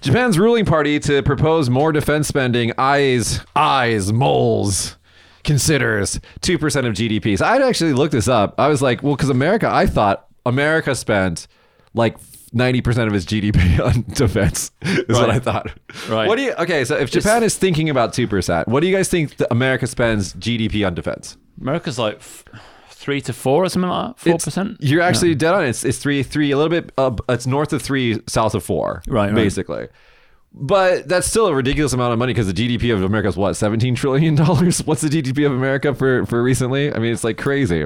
Speaker 1: Japan's ruling party to propose more defense spending eyes, eyes, moles. Considers 2% of GDP. So I'd actually looked this up. I was like, well, because America, I thought America spent like 90% of its GDP on defense, is what
Speaker 2: Right.
Speaker 1: I thought.
Speaker 2: Right.
Speaker 1: What do you, okay, so if Japan is thinking about 2%, what do you guys think that America spends GDP on defense?
Speaker 2: America's like f- three to four or something like that. Four
Speaker 1: It's-
Speaker 2: percent.
Speaker 1: You're actually dead on. it. It's it's three three a little bit. Up, it's north of three, south of four.
Speaker 2: Right, right.
Speaker 1: basically. But that's still a ridiculous amount of money because the GDP of America is what seventeen trillion dollars. What's the GDP of America for for recently? I mean, it's like crazy.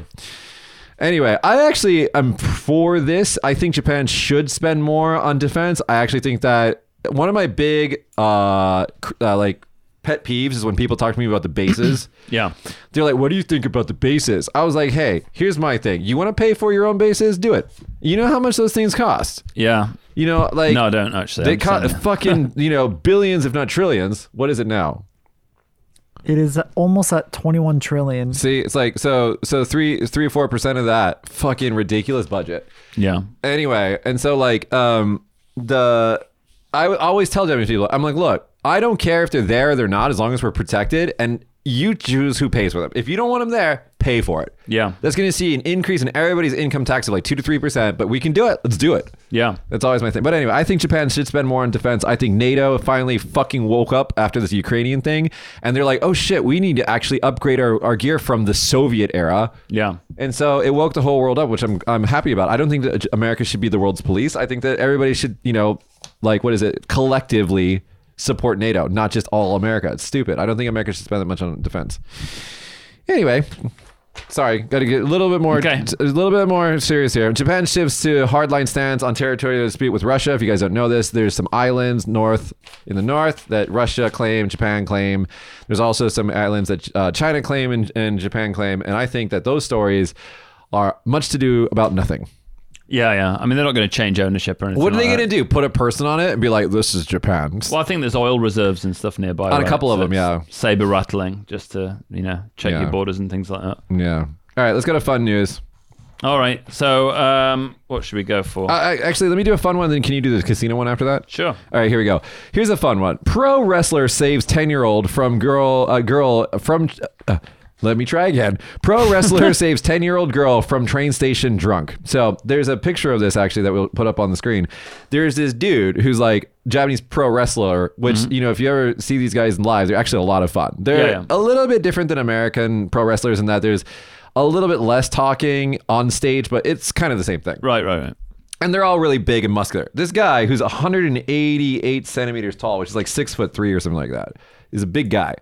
Speaker 1: Anyway, I actually am for this. I think Japan should spend more on defense. I actually think that one of my big uh, cr- uh like pet peeves is when people talk to me about the bases.
Speaker 2: Yeah.
Speaker 1: They're like, what do you think about the bases? I was like, hey, here's my thing. You want to pay for your own bases? Do it. You know how much those things cost?
Speaker 2: Yeah.
Speaker 1: You know, like
Speaker 2: No, I don't actually.
Speaker 1: they
Speaker 2: I'm
Speaker 1: cost
Speaker 2: saying-
Speaker 1: fucking you know billions, if not trillions. What is it now?
Speaker 3: It is almost at 21 trillion.
Speaker 1: See, it's like so so three three or four percent of that fucking ridiculous budget.
Speaker 2: yeah.
Speaker 1: anyway, and so like um the I would always tell Japanese people, I'm like, look, I don't care if they're there or they're not, as long as we're protected, and you choose who pays for them. If you don't want them there, pay for it.
Speaker 2: Yeah.
Speaker 1: that's going to see an increase in everybody's income tax of like two to three percent, but we can do it. Let's do it.
Speaker 2: Yeah.
Speaker 1: That's always my thing. But anyway, I think Japan should spend more on defense. I think NATO finally fucking woke up after this Ukrainian thing, and they're like, oh shit, we need to actually upgrade our, our gear from the Soviet era.
Speaker 2: Yeah.
Speaker 1: And so it woke the whole world up, which I'm I'm happy about. I don't think that America should be the world's police. I think that everybody should, you know, like what is it, collectively support NATO, not just all America. It's stupid. I don't think America should spend that much on defense. Anyway, sorry, got to get a little bit more
Speaker 2: Okay.
Speaker 1: a little bit more serious here. Japan shifts to hardline stance on territorial dispute with Russia. If you guys don't know this, there's some islands north in the north that Russia claim, Japan claim. There's also some islands that uh, China claim and, and Japan claim, and I think that those stories are much to do about nothing.
Speaker 2: Yeah. Yeah. I mean, they're not going to change ownership or anything.
Speaker 1: What are they
Speaker 2: like
Speaker 1: going to
Speaker 2: that.
Speaker 1: do? Put a person on it and be like, "This is Japan."
Speaker 2: Well, I think there's oil reserves and stuff nearby.
Speaker 1: On a
Speaker 2: right?
Speaker 1: couple of them,
Speaker 2: it's
Speaker 1: yeah.
Speaker 2: Saber rattling just to you know check
Speaker 1: Yeah.
Speaker 2: your borders and things like that.
Speaker 1: yeah. All right, let's go to fun news.
Speaker 2: All right. So, um, what should we go for?
Speaker 1: Uh, I- actually, let me do a fun one. Then can you do the casino one after that?
Speaker 2: sure.
Speaker 1: All right, here we go. Here's a fun one. Pro wrestler saves 10-year-old from girl a girl from uh, let me try again. Pro wrestler saves 10-year-old girl from train station drunk. So, there's a picture of this actually that we'll put up on the screen. There's this dude who's like Japanese pro wrestler, which you know, if you ever see these guys live, they're actually a lot of fun. They're
Speaker 2: Mm-hmm. Yeah, yeah.
Speaker 1: a little bit different than American pro wrestlers in that there's a little bit less talking on stage, but it's kind of the same thing
Speaker 2: Right. Right. Right.
Speaker 1: and they're all really big and muscular. This guy who's 188 centimeters tall, which is like six foot three or something like that, is a big guy.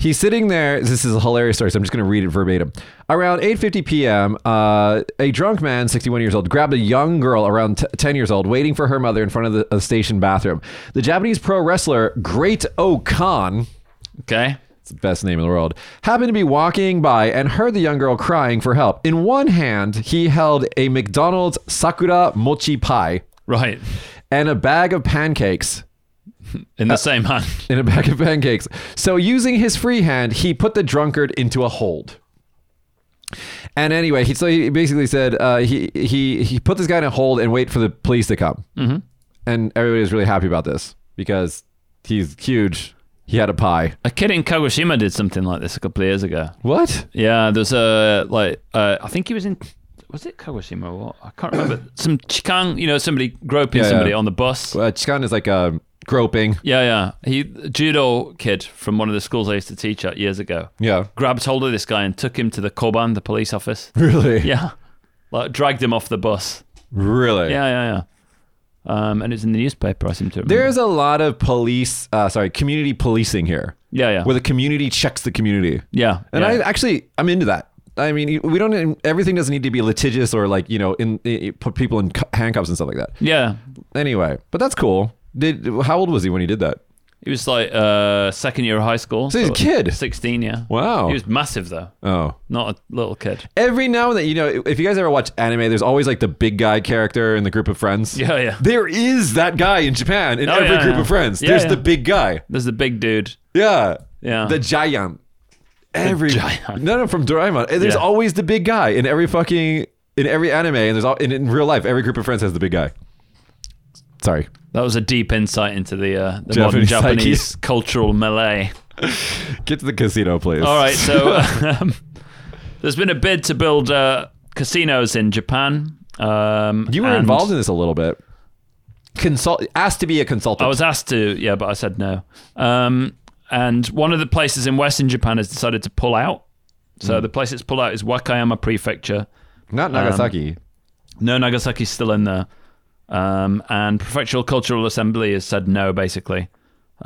Speaker 1: He's sitting there. This is a hilarious story, so I'm just going to read it verbatim. Around 8:50 p.m., uh, a drunk man, 61 years old, grabbed a young girl around t- 10 years old, waiting for her mother in front of the, a station bathroom. The Japanese pro wrestler Great Okan
Speaker 2: Okay.
Speaker 1: it's the best name in the world, happened to be walking by and heard the young girl crying for help. In one hand, he held a McDonald's Sakura mochi pie
Speaker 2: Right.
Speaker 1: and a bag of pancakes. uh,
Speaker 2: In the same hand.
Speaker 1: In a bag of pancakes. So, using his free hand, he put the drunkard into a hold. And anyway, he so he basically said uh, he he he put this guy in a hold and wait for the police to come. Mm-hmm. And everybody was really happy about this because he's huge He had a pie.
Speaker 2: A kid in Kagoshima did something like this a couple of years ago.
Speaker 1: What?
Speaker 2: Yeah, there's a like uh, I think he was in was it Kagoshima or what? I can't remember. Some chikang, you know, somebody groping
Speaker 1: Yeah, yeah.
Speaker 2: somebody on the bus.
Speaker 1: Uh, Chikan is like um, groping.
Speaker 2: Yeah, yeah. He judo kid from one of the schools I used to teach at years ago
Speaker 1: Yeah.
Speaker 2: grabbed hold of this guy and took him to the koban, the police office.
Speaker 1: Really?
Speaker 2: Yeah, like dragged him off the bus.
Speaker 1: Really?
Speaker 2: Yeah, yeah, yeah. Um, and it's in the newspaper. I seem to remember.
Speaker 1: There's a lot of police, uh, sorry, community policing here,
Speaker 2: yeah, yeah,
Speaker 1: where the community checks the community.
Speaker 2: yeah.
Speaker 1: And
Speaker 2: yeah.
Speaker 1: I actually, I'm into that. I mean, we don't. Everything doesn't need to be litigious or like you know, in, in put people in cu- handcuffs and stuff like that.
Speaker 2: yeah,
Speaker 1: Anyway, but that's cool. Did how old was he when he did that?
Speaker 2: he was like uh, second year of high school.
Speaker 1: So he's a kid.
Speaker 2: sixteen. Yeah.
Speaker 1: Wow.
Speaker 2: He was massive though,
Speaker 1: oh,
Speaker 2: not a little kid.
Speaker 1: every now and then, you know, if you guys ever watch anime, there's always like the big guy character in the group of friends.
Speaker 2: Yeah, yeah.
Speaker 1: There is that guy in Japan in
Speaker 2: Oh,
Speaker 1: every
Speaker 2: yeah,
Speaker 1: group
Speaker 2: yeah.
Speaker 1: of friends.
Speaker 2: Yeah,
Speaker 1: there's
Speaker 2: yeah.
Speaker 1: the big guy.
Speaker 2: There's the big dude.
Speaker 1: Yeah.
Speaker 2: Yeah.
Speaker 1: The giant. Every
Speaker 2: Uh-huh. giant.
Speaker 1: no no from Doraemon. There's
Speaker 2: Yeah.
Speaker 1: always the big guy in every fucking in every anime and there's all in, in real life every group of friends has the big guy. Sorry.
Speaker 2: That was a deep insight into the, uh, the modern
Speaker 1: Japanese psyche.
Speaker 2: Japanese cultural melee.
Speaker 1: Get to the casino, please.
Speaker 2: All right, so um, there's been a bid to build uh, casinos in Japan. Um,
Speaker 1: You were
Speaker 2: and
Speaker 1: involved in this a little bit. Consult asked to be a consultant.
Speaker 2: I was asked to, yeah, but I said no. Um, and one of the places in Western Japan has decided to pull out.
Speaker 1: Hmm.
Speaker 2: So the place it's pulled out is Wakayama Prefecture. Um,
Speaker 1: Not Nagasaki.
Speaker 2: No, Nagasaki's still in there. Um, and Prefectural Cultural Assembly has said no, basically,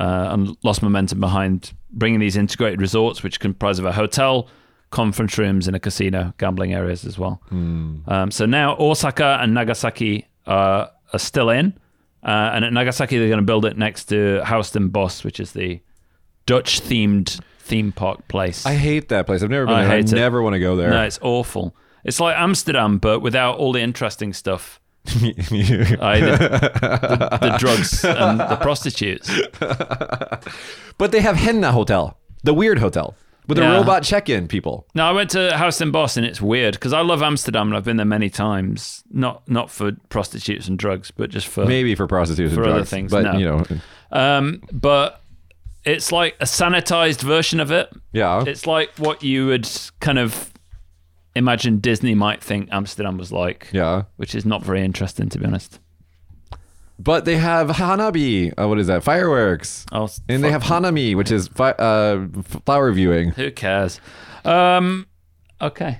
Speaker 2: uh, and lost momentum behind bringing these integrated resorts, which comprise of a hotel, conference rooms, and a casino, gambling areas as well. Um, so now Osaka and Nagasaki uh, are still in. Uh, and at Nagasaki, they're going to build it next to Houston Boss, which is the Dutch themed theme park place.
Speaker 1: I hate that place. I've never been
Speaker 2: I
Speaker 1: there. I
Speaker 2: hate it.
Speaker 1: never want to go there.
Speaker 2: no, it's awful. It's like Amsterdam, but without all the interesting stuff. I, the, the, the drugs and the prostitutes.
Speaker 1: but they have Henna Hotel, the weird hotel with the
Speaker 2: Yeah.
Speaker 1: robot check-in people.
Speaker 2: No, I went to House in Boss and it's weird because I love Amsterdam and I've been there many times. Not not for prostitutes and drugs, but just for
Speaker 1: Maybe for prostitutes and
Speaker 2: For other
Speaker 1: drugs,
Speaker 2: things,
Speaker 1: but
Speaker 2: no.
Speaker 1: you know,
Speaker 2: Um, but it's like a sanitized version of it.
Speaker 1: yeah.
Speaker 2: It's like what you would kind of imagine Disney might think Amsterdam was like,
Speaker 1: Yeah,
Speaker 2: which is not very interesting to be honest.
Speaker 1: but they have Hanabi. Uh, what is that? Fireworks.
Speaker 2: Oh, s-
Speaker 1: and they have
Speaker 2: fuck.
Speaker 1: Hanami, which is fi- uh, f- flower viewing.
Speaker 2: Who cares? Um, okay.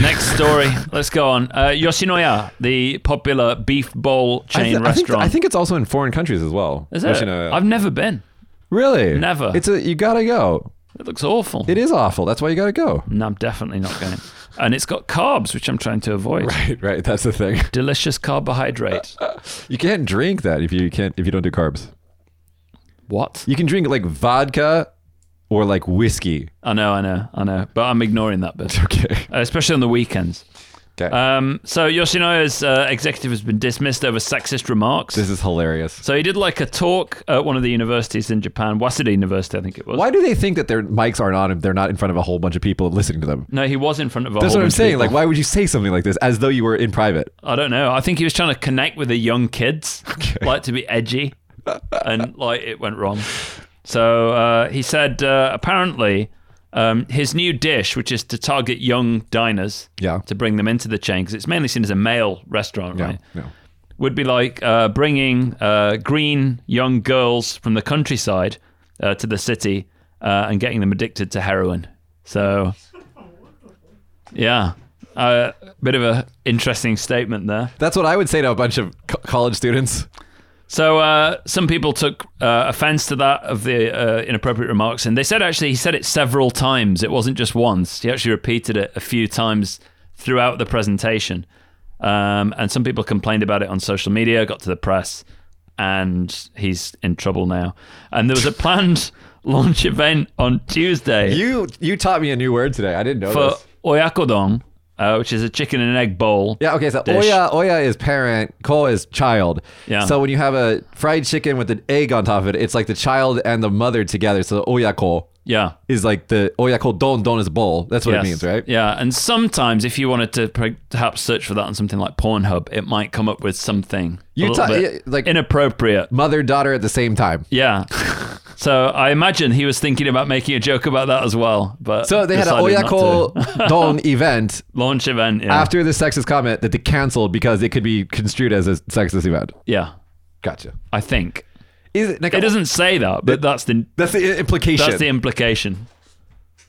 Speaker 2: Next story. Let's go on. Uh, Yoshinoya, the popular beef bowl
Speaker 1: I,
Speaker 2: chain
Speaker 1: th- I think,
Speaker 2: restaurant.
Speaker 1: I think it's also in foreign countries as well.
Speaker 2: Is it?
Speaker 1: Yoshinoya.
Speaker 2: I've never been.
Speaker 1: really?
Speaker 2: Never.
Speaker 1: It's a you gotta go.
Speaker 2: It looks awful.
Speaker 1: It is awful. That's why you gotta go.
Speaker 2: no, I'm definitely not going. And it's got carbs, which I'm trying to avoid.
Speaker 1: Right, right. That's the thing.
Speaker 2: Delicious carbohydrate.
Speaker 1: You can't drink that if you can't if you don't do carbs.
Speaker 2: what?
Speaker 1: You can drink like vodka or like whiskey.
Speaker 2: I know, I know, I know. But I'm ignoring that bit,
Speaker 1: Okay.
Speaker 2: uh, especially on the weekends.
Speaker 1: Okay.
Speaker 2: Um, so Yoshinoya's uh, executive has been dismissed over sexist remarks.
Speaker 1: this is hilarious.
Speaker 2: so he did like a talk at one of the universities in Japan, Waseda University, I think it was.
Speaker 1: Why do they think that their mics aren't on if they're not in front of a whole bunch of people listening to them?
Speaker 2: No, he was in front of a
Speaker 1: That's
Speaker 2: whole
Speaker 1: what I'm
Speaker 2: bunch of
Speaker 1: saying.
Speaker 2: people.
Speaker 1: Like, why would you say something like this as though you were in private?
Speaker 2: I don't know. I think he was trying to connect with the young kids, like to be edgy, and like it went wrong. So uh, he said, uh, apparently, um, his new dish, which is to target young diners,
Speaker 1: Yeah.
Speaker 2: to bring them into the chain, because it's mainly seen as a male restaurant, right?
Speaker 1: No.
Speaker 2: Would be like uh, bringing uh, green young girls from the countryside uh, to the city uh, and getting them addicted to heroin. So, yeah, a uh, bit of a interesting statement there.
Speaker 1: That's what I would say to a bunch of co- college students.
Speaker 2: So uh, some people took uh, offence to that of the uh, inappropriate remarks, and they said actually he said it several times. It wasn't just once. He actually repeated it a few times throughout the presentation, um, and some people complained about it on social media. Got to the press, and he's in trouble now. And there was a planned launch event on Tuesday
Speaker 1: You you taught me a new word today. I didn't know
Speaker 2: for
Speaker 1: this.
Speaker 2: oyakodon, uh, which is a chicken and egg bowl.
Speaker 1: Yeah. Okay. So
Speaker 2: Dish.
Speaker 1: oya oya is parent. Ko is child.
Speaker 2: Yeah.
Speaker 1: So when you have a fried chicken with an egg on top of it, it's like the child and the mother together. So oya ko
Speaker 2: yeah.
Speaker 1: is like the oya ko don don is bowl. That's what it
Speaker 2: Yes.
Speaker 1: means, right?
Speaker 2: Yeah, and sometimes if you wanted to per- perhaps search for that on something like Pornhub, it might come up with something a
Speaker 1: You
Speaker 2: little
Speaker 1: ta-
Speaker 2: bit
Speaker 1: yeah, like-
Speaker 2: inappropriate.
Speaker 1: Mother daughter at the same time.
Speaker 2: Yeah, So I imagine he was thinking about making a joke about that as well. But
Speaker 1: So they had an
Speaker 2: decided not to.
Speaker 1: Oyakol Don event
Speaker 2: launch event. Yeah.
Speaker 1: after the sexist comment that they canceled because it could be construed as a sexist event.
Speaker 2: yeah,
Speaker 1: Gotcha.
Speaker 2: I think
Speaker 1: Is it, like,
Speaker 2: it doesn't say that, but that's the
Speaker 1: That's the implication.
Speaker 2: that's the implication.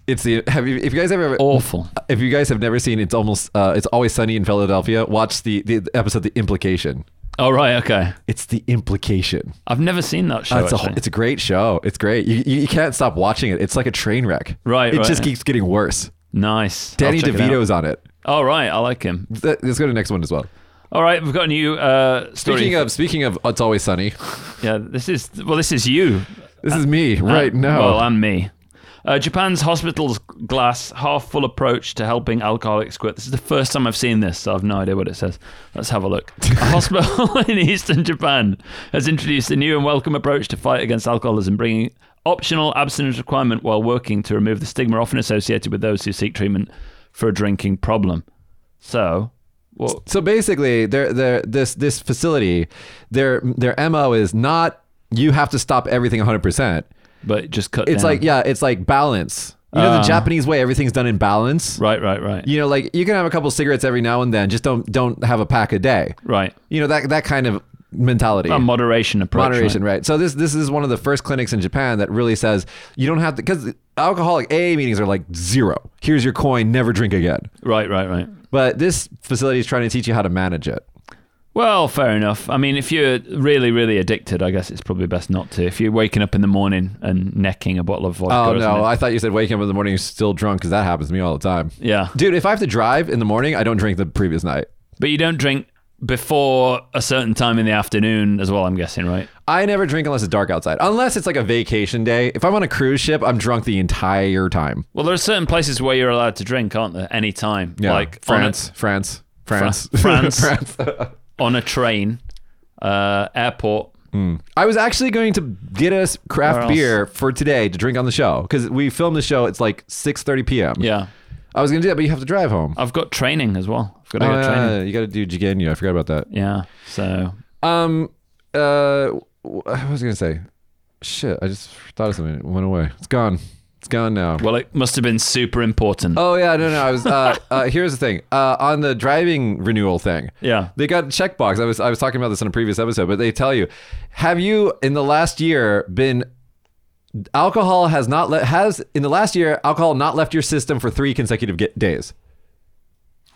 Speaker 1: it's the have you, if you guys have ever
Speaker 2: Awful.
Speaker 1: if you guys have never seen it's almost uh, it's always sunny in Philadelphia. Watch the the episode the implication.
Speaker 2: Oh right, okay.
Speaker 1: It's the implication.
Speaker 2: I've never seen that show.
Speaker 1: Uh, it's a
Speaker 2: actually.
Speaker 1: it's a great show. It's great. You, you, you can't stop watching it. It's like a train wreck.
Speaker 2: Right,
Speaker 1: It
Speaker 2: right.
Speaker 1: just keeps getting worse.
Speaker 2: nice. I'll
Speaker 1: Danny
Speaker 2: check it out.
Speaker 1: DeVito's on it.
Speaker 2: Oh right, I like him.
Speaker 1: Th- Let's go to the next one as well.
Speaker 2: All right, we've got a new uh, story.
Speaker 1: Speaking of speaking of it's always sunny.
Speaker 2: yeah, this is well, this is you
Speaker 1: This is me right
Speaker 2: Uh,
Speaker 1: now.
Speaker 2: Well, and me. Uh, Japan's hospital's glass half full approach to helping alcoholics quit. This is the first time I've seen this, so I've no idea what it says. Let's have a look. A hospital in eastern Japan has introduced a new and welcome approach to fight against alcoholism, bringing optional abstinence requirement while working to remove the stigma often associated with those who seek treatment for a drinking problem. So, what?
Speaker 1: so basically, they're, they're, this this facility, their their mo is not you have to stop everything 100. percent
Speaker 2: But just cut.
Speaker 1: It's
Speaker 2: down.
Speaker 1: like yeah, it's like balance. You know
Speaker 2: Ah.
Speaker 1: the Japanese way, everything's done in balance.
Speaker 2: right, right, right,
Speaker 1: You know, like you can have a couple cigarettes every now and then, just don't don't have a pack a day.
Speaker 2: right.
Speaker 1: You know that that kind of mentality.
Speaker 2: A moderation approach. right?
Speaker 1: Moderation, right. So this this is one of the first clinics in Japan that really says you don't have to because alcoholic AA meetings are like zero. Here's your coin, never drink again.
Speaker 2: right, right, right.
Speaker 1: But this facility is trying to teach you how to manage it.
Speaker 2: Well, fair enough. I mean, if you're really, really addicted, I guess it's probably best not to. If you're waking up in the morning and necking a bottle of vodka,
Speaker 1: Oh
Speaker 2: or
Speaker 1: no!
Speaker 2: something.
Speaker 1: I thought you said waking up in the morning still drunk because that happens to me all the time.
Speaker 2: yeah,
Speaker 1: Dude, if I have to drive in the morning, I don't drink the previous night.
Speaker 2: but you don't drink before a certain time in the afternoon as well. I'm guessing, right?
Speaker 1: I never drink unless it's dark outside. Unless it's like a vacation day. If I'm on a cruise ship, I'm drunk the entire time.
Speaker 2: Well, there are certain places where you're allowed to drink, aren't there? Any time,
Speaker 1: Yeah.
Speaker 2: like
Speaker 1: France, France, France,
Speaker 2: France.
Speaker 1: France.
Speaker 2: on a, on a train, uh, airport.
Speaker 1: I was actually going to get us
Speaker 2: Where
Speaker 1: craft
Speaker 2: else?
Speaker 1: beer for today to drink on the show because we filmed the show. It's like 6:30 p.m.
Speaker 2: Yeah,
Speaker 1: I was gonna do that, but you have to drive home.
Speaker 2: I've got training as well. I've got to
Speaker 1: Oh,
Speaker 2: go training.
Speaker 1: yeah, you got to do Jigenyu. I forgot about that.
Speaker 2: Yeah, so
Speaker 1: Um, uh, wh- I was gonna say, shit. I just thought of something. It went away. It's gone. It's gone now.
Speaker 2: well, it must have been super important.
Speaker 1: Oh yeah, no, no. I was. Uh, uh, here's the thing. Uh, on the driving renewal thing.
Speaker 2: Yeah.
Speaker 1: They got a checkbox. I was I was talking about this in a previous episode, but they tell you, have you in the last year been alcohol has not le- has in the last year alcohol not left your system for three consecutive ge- days.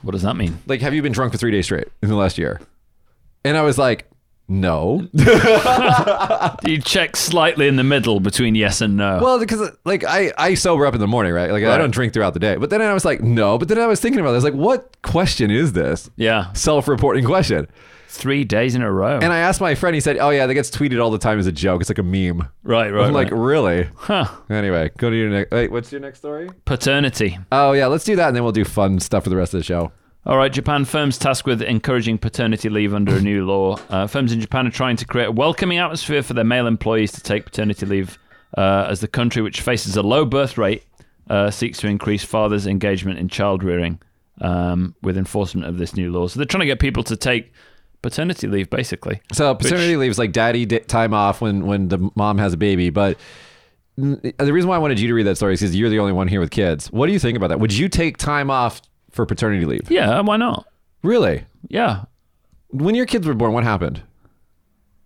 Speaker 2: What does that mean?
Speaker 1: Like, have you been drunk for three days straight in the last year? And I was like, no.
Speaker 2: You check slightly in the middle between yes and no.
Speaker 1: Well, because like I, I sober up in the morning, right? Like I
Speaker 2: Right.
Speaker 1: don't drink throughout the day. But then I was like, no. But then I was thinking about this, like, what question is this?
Speaker 2: yeah,
Speaker 1: Self-reporting question.
Speaker 2: three days in a row.
Speaker 1: And I asked my friend. He said, oh yeah, that gets tweeted all the time as a joke. It's like a meme.
Speaker 2: right, right,
Speaker 1: I'm like,
Speaker 2: right.
Speaker 1: really?
Speaker 2: huh?
Speaker 1: Anyway, go to your next. Wait, what's your next story?
Speaker 2: Paternity.
Speaker 1: Oh yeah, let's do that, and then we'll do fun stuff for the rest of the show.
Speaker 2: All right, Japan firms tasked with encouraging paternity leave under a new law. Uh, firms in Japan are trying to create a welcoming atmosphere for their male employees to take paternity leave uh, as the country, which faces a low birth rate, uh, seeks to increase fathers' engagement in child rearing um, with enforcement of this new law. So they're trying to get people to take paternity leave, basically.
Speaker 1: So paternity leave is like daddy di- time off when when the mom has a baby, but. mm, The reason why I wanted you to read that story is because you're the only one here with kids. What do you think about that? Would you take time off for paternity leave?
Speaker 2: Yeah, why not?
Speaker 1: Really?
Speaker 2: Yeah.
Speaker 1: When your kids were born, what happened?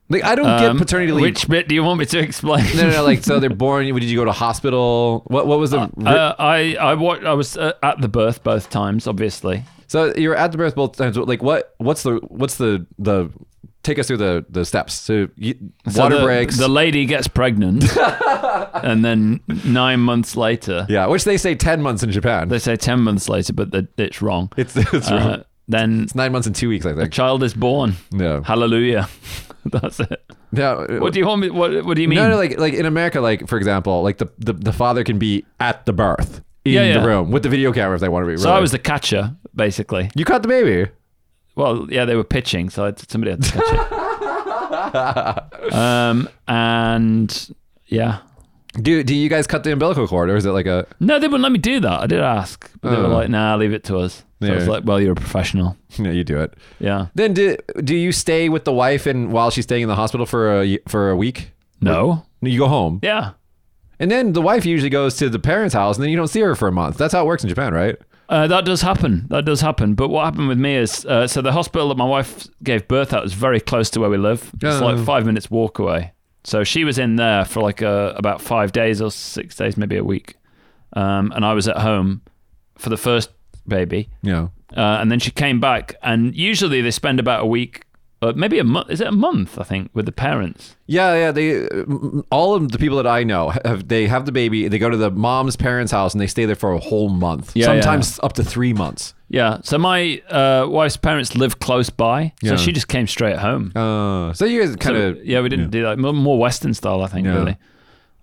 Speaker 1: Like, I don't
Speaker 2: Um,
Speaker 1: get paternity leave.
Speaker 2: Which bit do you want me to explain?
Speaker 1: no, no, no. Like, so they're born. Did you go to hospital? What What was the?
Speaker 2: Uh, I I wa- I was uh, at the birth both times, obviously.
Speaker 1: so you were at the birth both times. Like, what? What's the? What's the? The take us through the the steps. So you,
Speaker 2: So
Speaker 1: water
Speaker 2: the,
Speaker 1: breaks.
Speaker 2: The lady gets pregnant, and then nine months later,
Speaker 1: yeah, which they say ten months in Japan.
Speaker 2: they say ten months later, but the, it's wrong.
Speaker 1: it's it's
Speaker 2: Uh, then
Speaker 1: nine months and two weeks, I think.
Speaker 2: child is born.
Speaker 1: No,
Speaker 2: Hallelujah. That's it.
Speaker 1: no.
Speaker 2: What do you want me? What What do you mean?
Speaker 1: no, no, like like in America, like for example, like the the, the father can be at the birth in
Speaker 2: Yeah, yeah.
Speaker 1: the room with the video camera if they want to be.
Speaker 2: so I was the catcher, basically.
Speaker 1: you caught the baby.
Speaker 2: Well, yeah, they were pitching, so I'd, somebody had to catch it. um, and yeah,
Speaker 1: Do do you guys cut the umbilical cord or is it like a
Speaker 2: No, they wouldn't let me do that. I did ask. But they were
Speaker 1: Oh.
Speaker 2: like, nah, leave it to us. So I was
Speaker 1: Yeah.
Speaker 2: like, well, you're a professional.
Speaker 1: no? You do it.
Speaker 2: Yeah.
Speaker 1: Then do do you stay with the wife and while she's staying in the hospital for a y- for a week?
Speaker 2: No.
Speaker 1: and you go home.
Speaker 2: Yeah.
Speaker 1: And then the wife usually goes to the parents' house, and then you don't see her for a month. That's how it works in Japan, right?
Speaker 2: Uh, that does happen. That does happen. But what happened with me is, uh, so the hospital that my wife gave birth at was very close to where we live. It's
Speaker 1: Oh.
Speaker 2: like five minutes walk away. So she was in there for like uh about five days or six days, maybe a week, um, and I was at home for the first baby,
Speaker 1: Yeah.
Speaker 2: uh, and then she came back. And usually they spend about a week, uh, maybe a month. Is it a month? I think with the parents.
Speaker 1: Yeah, yeah. They m- all of the people that I know have they have the baby. They go to the mom's parents' house and they stay there for a whole month.
Speaker 2: Yeah,
Speaker 1: sometimes up to three months.
Speaker 2: Yeah. So my uh, wife's parents live close by, so
Speaker 1: Yeah.
Speaker 2: she just came straight home.
Speaker 1: Uh, so you guys kind
Speaker 2: So,
Speaker 1: of
Speaker 2: yeah we didn't do that more, more western style i think
Speaker 1: Yeah.
Speaker 2: really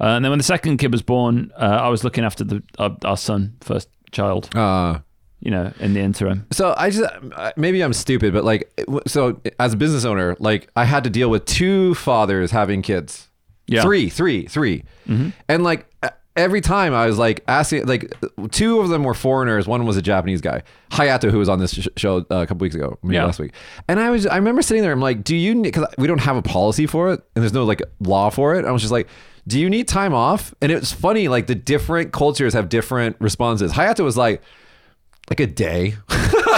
Speaker 2: uh, and then when the second kid was born uh, i was looking after the our, our son first child
Speaker 1: Uh,
Speaker 2: you know in the interim
Speaker 1: so I just uh, maybe I'm stupid, but like w- so as a business owner, like I had to deal with two fathers having kids.
Speaker 2: Yeah. Mm-hmm.
Speaker 1: Three, three, three. and like e- every time I was like asking, like two of them were foreigners, one was a Japanese guy, Hayato, who was on this sh- show uh, a couple weeks ago, maybe
Speaker 2: Yeah.
Speaker 1: last week. And I was, I remember sitting there, I'm like, do you need? Because we don't have a policy for it, and there's no like law for it. I was just like. Do you need time off? And it's funny, like the different cultures have different responses. Hayato was like, like a day.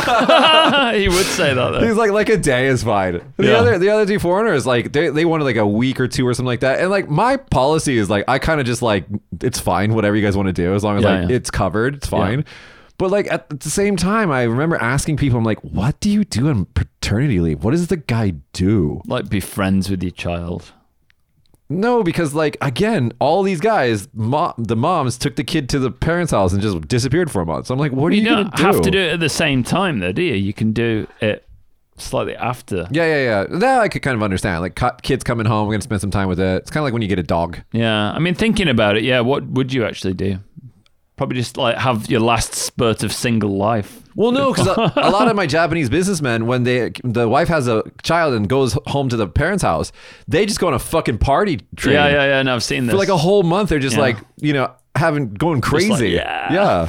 Speaker 2: he would say that though
Speaker 1: He's like, like a day is fine. The
Speaker 2: Yeah.
Speaker 1: other, the other two foreigners, like they, they wanted like a week or two or something like that. And like my policy is like, I kind of just like, it's fine, whatever you guys want to do, as long as
Speaker 2: Yeah,
Speaker 1: like
Speaker 2: yeah.
Speaker 1: it's covered, it's fine. But like at the same time, I remember asking people, I'm like, what do you do on paternity leave? What does the guy do?
Speaker 2: like be friends with your child
Speaker 1: No, because like again, all these guys, mom, the moms took the kid to the parents' house and just disappeared for a month. So I'm like, what are you,
Speaker 2: you
Speaker 1: gonna
Speaker 2: don't have to do it at the same time though do you you can do it slightly after
Speaker 1: Yeah, yeah, yeah. That I could kind of understand. Like co- kids coming home, we're gonna spend some time with it. It's kind of like when you get a dog.
Speaker 2: yeah i mean thinking about it yeah what would you actually do probably just like have your last spurt of single life
Speaker 1: Well, no, because a, a lot of my Japanese businessmen, when they the wife has a child and goes home to the parents' house, they just go on a fucking party train
Speaker 2: yeah yeah yeah and no, i've seen this
Speaker 1: for like a whole month. They're just
Speaker 2: Yeah.
Speaker 1: like you know having going crazy.
Speaker 2: like, yeah.
Speaker 1: yeah.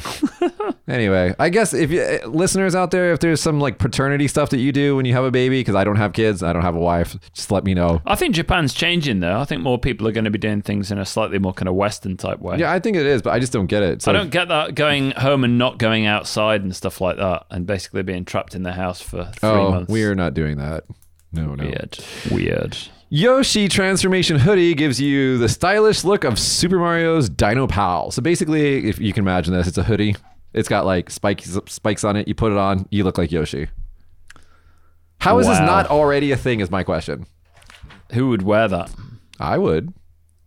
Speaker 1: anyway, I guess if you eh, listeners out there, if there's some like paternity stuff that you do when you have a baby, because I don't have kids, I don't have a wife, just let me know.
Speaker 2: I think Japan's changing though. I think more people are going to be doing things in a slightly more kind of Western type way.
Speaker 1: Yeah, I think it is, but I just don't get it. So
Speaker 2: I don't get that going home and not going outside and stuff like that, and basically being trapped in the house for three
Speaker 1: oh,
Speaker 2: months.
Speaker 1: we are not doing that. No, no.
Speaker 2: Weird. Weird.
Speaker 1: Yoshi Transformation Hoodie gives you the stylish look of Super Mario's Dino Pal. So basically, if you can imagine this, it's a hoodie. It's got like spikes spikes on it. You put it on, you look like Yoshi. How is this
Speaker 2: Wow.
Speaker 1: not already a thing? Is my question.
Speaker 2: Who would wear that?
Speaker 1: I would.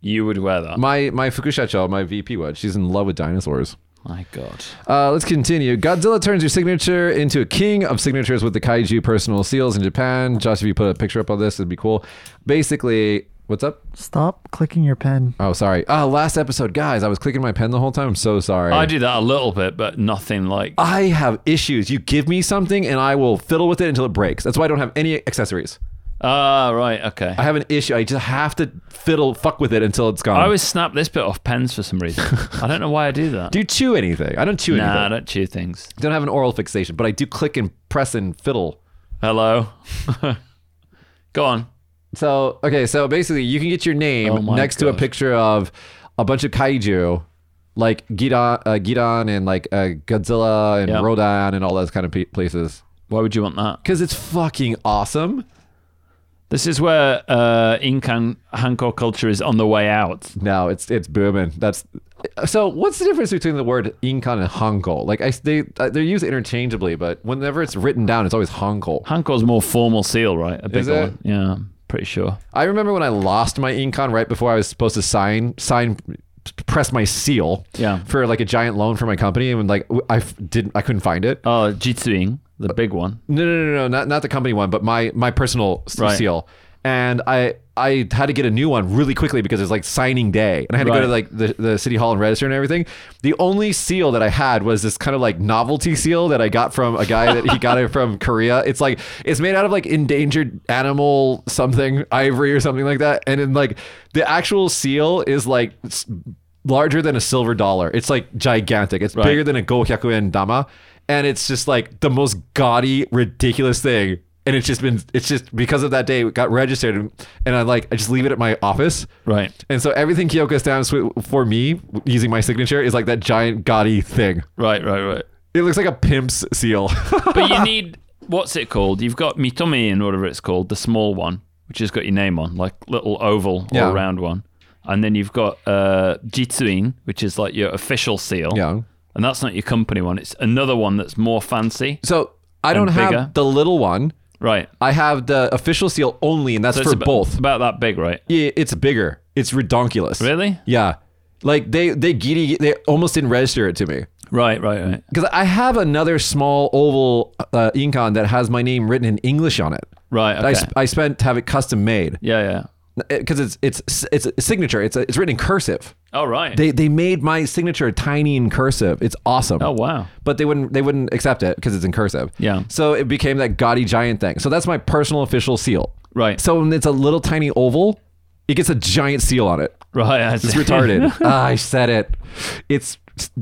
Speaker 2: You would wear that.
Speaker 1: My my Fukushacho, my VP would. She's in love with dinosaurs.
Speaker 2: My God.
Speaker 1: Uh, let's continue. Godzilla turns your signature into a king of signatures with the kaiju personal seals in Japan. Josh, if you put a picture up of this, it'd be cool. Basically, what's up?
Speaker 3: Stop clicking your pen.
Speaker 1: Oh, sorry. Uh, last episode, guys, I was clicking my pen the whole time. I'm so sorry.
Speaker 2: I do that a little bit, but nothing like.
Speaker 1: I have issues. You give me something and I will fiddle with it until it breaks. That's why I don't have any accessories.
Speaker 2: Ah, right. Okay.
Speaker 1: I have an issue. I just have to fiddle, fuck with it until it's gone.
Speaker 2: I always snap this bit off pens for some reason. I don't know why I do that.
Speaker 1: do you chew anything. I don't chew
Speaker 2: nah, I
Speaker 1: anything.
Speaker 2: don't chew things.
Speaker 1: I don't have an oral fixation, but I do click and press and fiddle.
Speaker 2: Hello. Go on.
Speaker 1: So, okay, so basically you can get your name
Speaker 2: Oh my
Speaker 1: next to a
Speaker 2: God.
Speaker 1: picture of a bunch of kaiju like Gidan, uh, Gidan and like uh, Godzilla and
Speaker 2: Yeah.
Speaker 1: Rodan and all those kind of pe- places.
Speaker 2: Why would you want that?
Speaker 1: Because it's fucking awesome.
Speaker 2: This is where uh, Incan Hancock culture is on the way out.
Speaker 1: No, it's it's booming. That's so. What's the difference between the word inkan and hanko? Like I, they uh, they're used interchangeably, but whenever it's written down, it's always hanko.
Speaker 2: Hancock's more formal seal, right? A bigger
Speaker 1: it?
Speaker 2: one. Yeah, I'm pretty sure.
Speaker 1: I remember when I lost my inkan right before I was supposed to sign sign press my seal
Speaker 2: Yeah.
Speaker 1: for like a giant loan for my company, and like I f- didn't I couldn't find it.
Speaker 2: Oh, Jitsuing, the big one.
Speaker 1: No, no, no, no, not not the company one, but my my personal s-
Speaker 2: Right.
Speaker 1: seal. And I I had to get a new one really quickly because it was like signing day, and I had to go to like
Speaker 2: Right.
Speaker 1: the, the city hall and register and everything. The only seal that I had was this kind of like novelty seal that I got from a guy that he got it from Korea. It's like it's made out of like endangered animal something ivory or something like that, and then like the actual seal is like. s- Larger than a silver dollar. It's like gigantic. It's bigger than a gohyaku dama and it's just like the most gaudy, ridiculous thing. and it's just been it's just because of that day it got registered and I like I just leave it at my office.
Speaker 2: Right.
Speaker 1: And so everything Kyoko stamps wi- for me using my signature is like that giant gaudy thing.
Speaker 2: Right, right, right.
Speaker 1: It looks like a pimp's seal.
Speaker 2: But you need what's it called? You've got Mitomi and whatever it's called, the small one, which has got your name on, like little oval
Speaker 1: Yeah.
Speaker 2: or round one. And then you've got uh, Jitsuin, which is like your official seal.
Speaker 1: yeah.
Speaker 2: And that's not your company one. It's another one that's more fancy.
Speaker 1: So I don't
Speaker 2: bigger.
Speaker 1: have the little one.
Speaker 2: Right.
Speaker 1: I have the official seal only, and that's
Speaker 2: So
Speaker 1: for
Speaker 2: it's about,
Speaker 1: both.
Speaker 2: About that big, right?
Speaker 1: Yeah, it's bigger. It's redonkulous.
Speaker 2: Really?
Speaker 1: Yeah. Like they they giddy they almost didn't register it to me.
Speaker 2: Right, right, right.
Speaker 1: Because I have another small oval uh, Incon that has my name written in English on it.
Speaker 2: Right.
Speaker 1: That I,
Speaker 2: Okay.
Speaker 1: sp- I spent to have it custom made
Speaker 2: yeah, yeah.
Speaker 1: because it's it's it's a signature. It's a, it's written in cursive.
Speaker 2: Oh, right.
Speaker 1: They they made my signature tiny in cursive. It's awesome.
Speaker 2: oh, wow.
Speaker 1: But they wouldn't they wouldn't accept it because it's in cursive.
Speaker 2: Yeah.
Speaker 1: So it became that gaudy giant thing. So that's my personal official seal.
Speaker 2: Right.
Speaker 1: So when it's a little tiny oval, it gets a giant seal on it.
Speaker 2: Right. I
Speaker 1: It's
Speaker 2: see.
Speaker 1: retarded. Ah, I said it. It's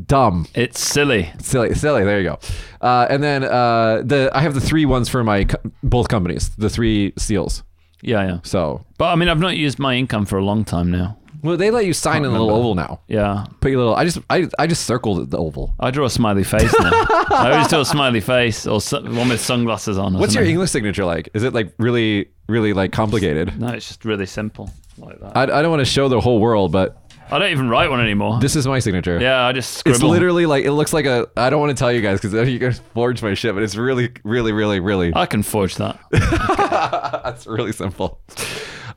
Speaker 1: dumb.
Speaker 2: It's silly.
Speaker 1: Silly, silly. There you go. Uh, and then uh, the I have the three ones for my co- both companies, the three seals.
Speaker 2: Yeah, yeah.
Speaker 1: So,
Speaker 2: But I mean, I've not used my income for a long time now.
Speaker 1: well, they let you sign in a little oval now.
Speaker 2: Yeah.
Speaker 1: Put your little. I just I, I just circled the oval.
Speaker 2: I draw a smiley face now. I always draw a smiley face or su- one with sunglasses on. Or
Speaker 1: What's your
Speaker 2: something.
Speaker 1: English signature like? Is it like really really like complicated?
Speaker 2: No, it's just really simple like that.
Speaker 1: I, I don't want to show the whole world, but
Speaker 2: I don't even write one anymore.
Speaker 1: this is my signature.
Speaker 2: yeah, I just scribble.
Speaker 1: It's literally like it looks like a. I don't want to tell you guys because you guys forge my shit, but it's really, really, really, really.
Speaker 2: I can forge that.
Speaker 1: That's really simple.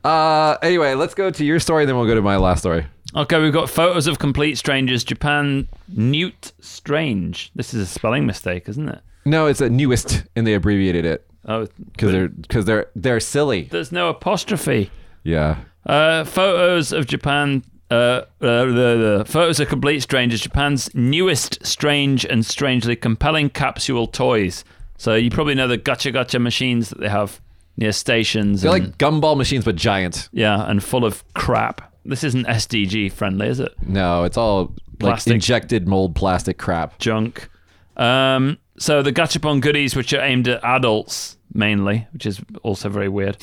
Speaker 1: Uh, anyway, let's go to your story, then we'll go to my last story.
Speaker 2: Okay, we've got photos of complete strangers. Japan, Newt Strange. This is a spelling mistake, isn't it?
Speaker 1: No, it's a newest, and they abbreviated it
Speaker 2: Oh,
Speaker 1: because they're because they're they're silly.
Speaker 2: there's no apostrophe.
Speaker 1: Yeah.
Speaker 2: Uh, photos of Japan. Uh, uh, the, the photos of complete strangers. Japan's newest strange and strangely compelling capsule toys. So you probably know the gotcha gotcha machines that they have near stations.
Speaker 1: They're
Speaker 2: and-
Speaker 1: like gumball machines, but giant.
Speaker 2: yeah, and full of crap. This isn't SDG friendly, is it?
Speaker 1: No, it's all like
Speaker 2: Plastic.
Speaker 1: injected mold plastic crap.
Speaker 2: junk. Um, so the Gachapon goodies, which are aimed at adults mainly, which is also very weird.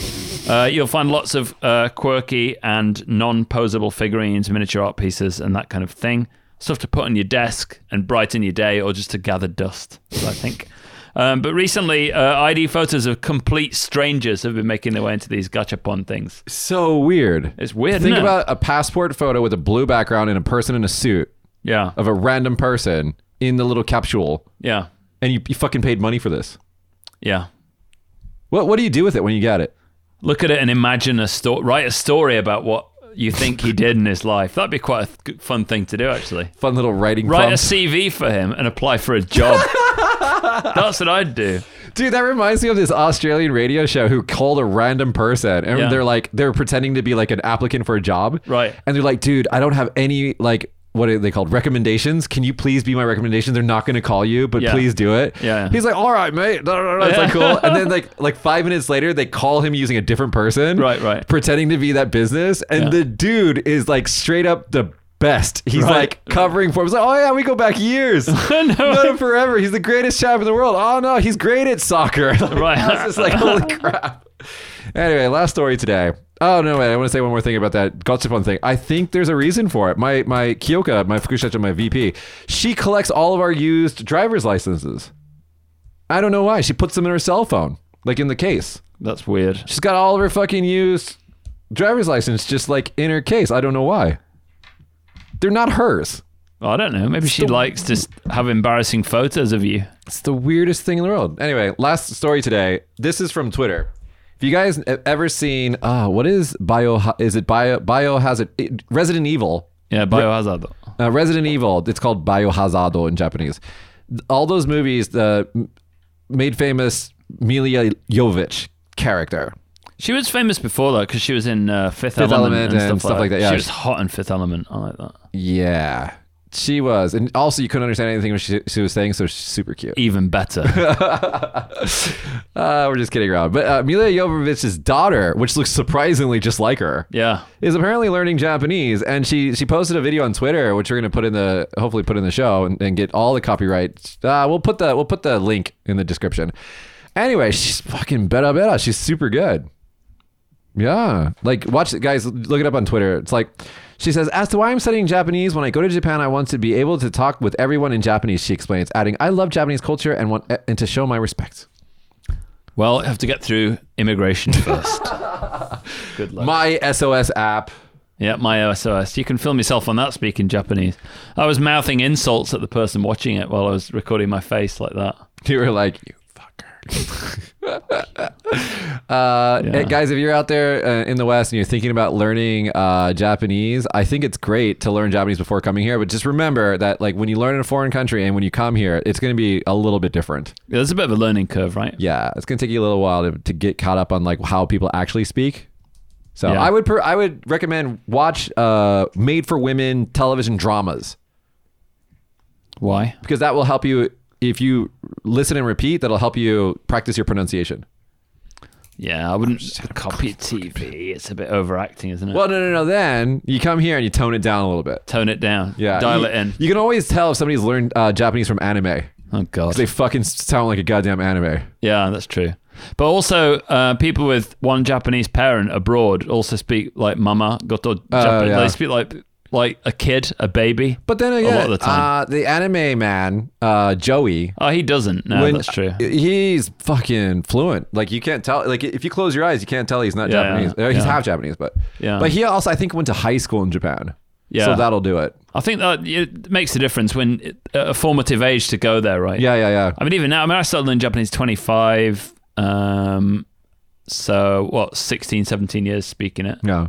Speaker 2: Uh, you'll find lots of uh, quirky and non-posable figurines, miniature art pieces, and that kind of thing. Stuff to put on your desk and brighten your day, or just to gather dust, is what I think. Um, but recently, uh, ID photos of complete strangers have been making their way into these gachapon things.
Speaker 1: So weird.
Speaker 2: It's weird.
Speaker 1: Think
Speaker 2: isn't it?
Speaker 1: about a passport photo with a blue background and a person in a suit
Speaker 2: yeah,
Speaker 1: of a random person in the little capsule,
Speaker 2: yeah,
Speaker 1: and you, you fucking paid money for this.
Speaker 2: yeah.
Speaker 1: What What do you do with it when you get it?
Speaker 2: look at it and imagine a story write a story about what you think he did in his life that'd be quite a th- good- fun thing to do actually
Speaker 1: Fun little writing
Speaker 2: write a
Speaker 1: prompt.
Speaker 2: cv for him and apply for a job that's what i'd do
Speaker 1: Dude, that reminds me of this Australian radio show who called a random person and
Speaker 2: Yeah.
Speaker 1: they're like they're pretending to be like an applicant for a job.
Speaker 2: Right.
Speaker 1: And they're like, dude, I don't have any like what are they called? Recommendations? Can you please be my recommendation? They're not gonna call you, but
Speaker 2: Yeah.
Speaker 1: please do it.
Speaker 2: Yeah.
Speaker 1: He's like, all right, mate. Da, da, da. It's like cool. And then like like five minutes later, they call him using a different person.
Speaker 2: Right, right.
Speaker 1: Pretending to be that business. And
Speaker 2: Yeah.
Speaker 1: the dude is like straight up the best. He's
Speaker 2: Right.
Speaker 1: like covering for him. He's like, oh yeah, we go back years.
Speaker 2: no,
Speaker 1: Known him forever. He's the greatest chap in the world. Oh no, he's great at soccer.
Speaker 2: Right.
Speaker 1: I was just like, holy crap. Anyway, last story today. Oh no, wait, I want to say one more thing about that Gotsupon thing. I think there's a reason for it. My my Kyoka, my Fukushicha, my VP, she collects all of our used driver's licenses. I don't know why. She puts them in her cell phone, like in the case.
Speaker 2: that's weird
Speaker 1: She's got all of her fucking used driver's license just like in her case. I don't know why. They're not hers.
Speaker 2: i don't know maybe she likes to s- have embarrassing photos of you
Speaker 1: It's the weirdest thing in the world. Anyway, last story today. This is from Twitter. If you guys have ever seen, uh, what is bio? Is it bio biohazard? It, Resident Evil.
Speaker 2: yeah biohazard
Speaker 1: Uh, Resident Evil. It's called biohazardo in Japanese. All those movies, the m- made famous Milia Jovovich character.
Speaker 2: she was famous before though because she was in uh, fifth, element,
Speaker 1: Element
Speaker 2: and,
Speaker 1: and
Speaker 2: stuff, like that,
Speaker 1: yeah.
Speaker 2: she was hot in fifth element i like that
Speaker 1: Yeah, she was, and also you couldn't understand anything she, she was saying, so she's super cute.
Speaker 2: even better
Speaker 1: Uh, we're just kidding around. But uh, Milia Jovovich's daughter, which looks surprisingly just like her.
Speaker 2: yeah
Speaker 1: is apparently learning Japanese, and she she posted a video on Twitter, which we're gonna put in the hopefully put in the show and, and get all the copyright. Uh, we'll put the we'll put the link in the description. Anyway, she's fucking better, better. She's super good. Yeah. Like, watch it, guys. Look it up on Twitter. It's like, she says, As to why I'm studying Japanese, when I go to Japan, I want to be able to talk with everyone in Japanese, she explains, adding, I love Japanese culture and want and to show my respect.
Speaker 2: Well, I have to get through immigration first. Good luck.
Speaker 1: My SOS app.
Speaker 2: yeah, my uh, SOS. You can film yourself on that speaking Japanese. I was mouthing insults at the person watching it while I was recording my face like that.
Speaker 1: You were like, You fucker. uh,
Speaker 2: Yeah.
Speaker 1: eh, Guys, if you're out there uh, in the West and you're thinking about learning uh, Japanese, I think it's great to learn Japanese before coming here. But just remember that, like, when you learn in a foreign country and when you come here, it's going to be a little bit different.
Speaker 2: Yeah, There's a bit of a learning curve, right?
Speaker 1: yeah, it's gonna take you a little while to, to get caught up on like how people actually speak. So
Speaker 2: Yeah.
Speaker 1: I would per, I would recommend watch uh, made for women television dramas
Speaker 2: Why?
Speaker 1: because that will help you if you listen and repeat. That'll help you practice your pronunciation.
Speaker 2: Yeah, I wouldn't copy TV. It's a bit overacting, isn't it?
Speaker 1: Well, no, no, no. Then you come here and you tone it down a little bit.
Speaker 2: Tone it down.
Speaker 1: Yeah,
Speaker 2: Dial
Speaker 1: you,
Speaker 2: it in.
Speaker 1: You can always tell if somebody's learned uh, Japanese from anime. 'cause
Speaker 2: Oh God.
Speaker 1: They fucking sound like a goddamn anime.
Speaker 2: Yeah, that's true. But also, uh, people with one Japanese parent abroad also speak like mama goto. Japanese.
Speaker 1: yeah.
Speaker 2: They speak like like a kid, a baby.
Speaker 1: But then again,
Speaker 2: lot of the time.
Speaker 1: Uh, the anime man, uh, Joey,
Speaker 2: Oh, he doesn't. No,
Speaker 1: When-
Speaker 2: that's true.
Speaker 1: He's fucking fluent. Like you can't tell. Like if you close your eyes, you can't tell he's not
Speaker 2: Yeah,
Speaker 1: Japanese.
Speaker 2: yeah,
Speaker 1: Uh, He's
Speaker 2: yeah.
Speaker 1: half Japanese, but
Speaker 2: Yeah.
Speaker 1: But he also, I think, went to high school in Japan.
Speaker 2: Yeah.
Speaker 1: So that'll do it.
Speaker 2: I think that it makes a difference when it- at a formative age to go there, right?
Speaker 1: Yeah, yeah, yeah.
Speaker 2: I mean, even now, I mean, I started learning Japanese 25. Um, so what, 16, 17 years speaking it.
Speaker 1: Yeah.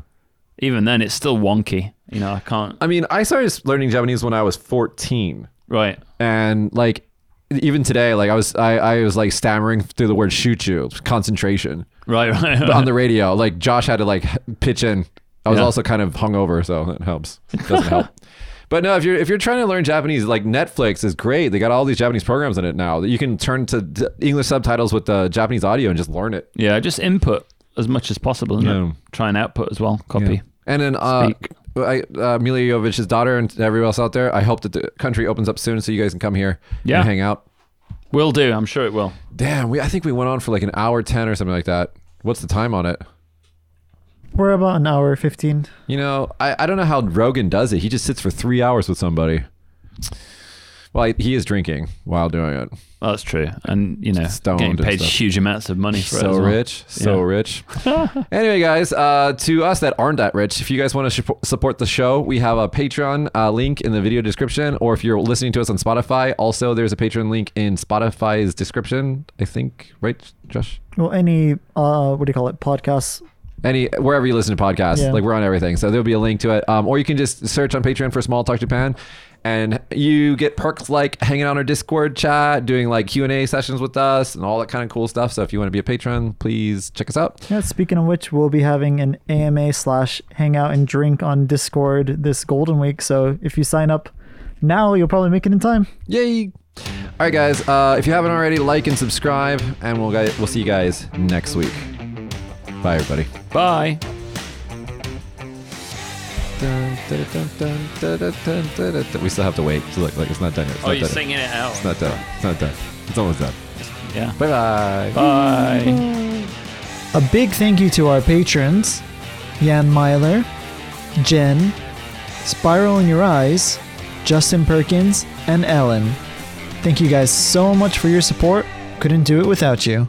Speaker 2: Even then, it's still wonky. You know, I can't.
Speaker 1: I mean, I started learning Japanese when I was 14,
Speaker 2: Right.
Speaker 1: and like even today, like I was, I, I was like stammering through the word "shuchu" concentration
Speaker 2: Right. Right.
Speaker 1: on the radio. Like Josh had to like pitch in. I was
Speaker 2: Uh-huh. Yeah.
Speaker 1: also kind of hungover, so that helps. Doesn't help. But no, if you're if you're trying to learn Japanese, like Netflix is great. They got all these Japanese programs in it now that you can turn to d- English subtitles with the Japanese audio and just learn it.
Speaker 2: yeah. Just input as much as possible. isn't it?
Speaker 1: Yeah.
Speaker 2: Try and output as well. Copy.
Speaker 1: And then uh,
Speaker 2: Speak.
Speaker 1: I, uh, Mila Jovovich's daughter and everyone else out there. I hope that the country opens up soon so you guys can come here
Speaker 2: Yeah.
Speaker 1: and hang out.
Speaker 2: Will do. I'm sure it will.
Speaker 1: Damn, we I think we went on for like an hour ten or something like that. What's the time on it?
Speaker 3: We're about an hour 15.
Speaker 1: You know, I, I don't know how Rogan does it. He just sits for three hours with somebody. Well, he- he is drinking while doing it.
Speaker 2: Well, that's true. And you know,
Speaker 1: Stoned
Speaker 2: getting
Speaker 1: and
Speaker 2: paid
Speaker 1: stuff.
Speaker 2: huge amounts of money for it.
Speaker 1: so
Speaker 2: as well.
Speaker 1: rich, so
Speaker 2: Yeah.
Speaker 1: rich. anyway, guys, uh, to us that aren't that rich, if you guys want to sh- support the show, we have a Patreon uh, link in the video description, or if you're listening to us on Spotify, also there's a Patreon link in Spotify's description. I think, right, Josh?
Speaker 3: Well, any, uh, what do you call it? Podcasts.
Speaker 1: Any wherever you listen to podcasts,
Speaker 3: Yeah.
Speaker 1: like we're on everything, so there'll be a link to it. Um, or you can just search on Patreon for Small Talk Japan, and you get perks like hanging on our Discord chat, doing like Q and A sessions with us, and all that kind of cool stuff. So if you want to be a patron, please check us out.
Speaker 3: Yeah, speaking of which, we'll be having an AMA slash hangout and drink on Discord this Golden Week. So if you sign up now, you'll probably make it in time.
Speaker 1: Yay! All right, guys. Uh, if you haven't already, like and subscribe, and we'll guys, we'll see you guys next week. Bye, everybody.
Speaker 2: Bye. Oh,
Speaker 1: Dun, dun, dun, dun, dun, dun, dun, dun, dun, dun. We still have to wait. So look, look, it's not done yet. It's
Speaker 2: Oh,
Speaker 1: not done.
Speaker 2: you're
Speaker 1: yet.
Speaker 2: singing it out.
Speaker 1: It's not done. It's not done. It's almost done.
Speaker 2: Yeah.
Speaker 1: Bye bye.
Speaker 2: Bye.
Speaker 3: A big thank you to our patrons Jan Myler, Jen, Spiral in Your Eyes, Justin Perkins, and Ellen. Thank you guys so much for your support. Couldn't do it without you.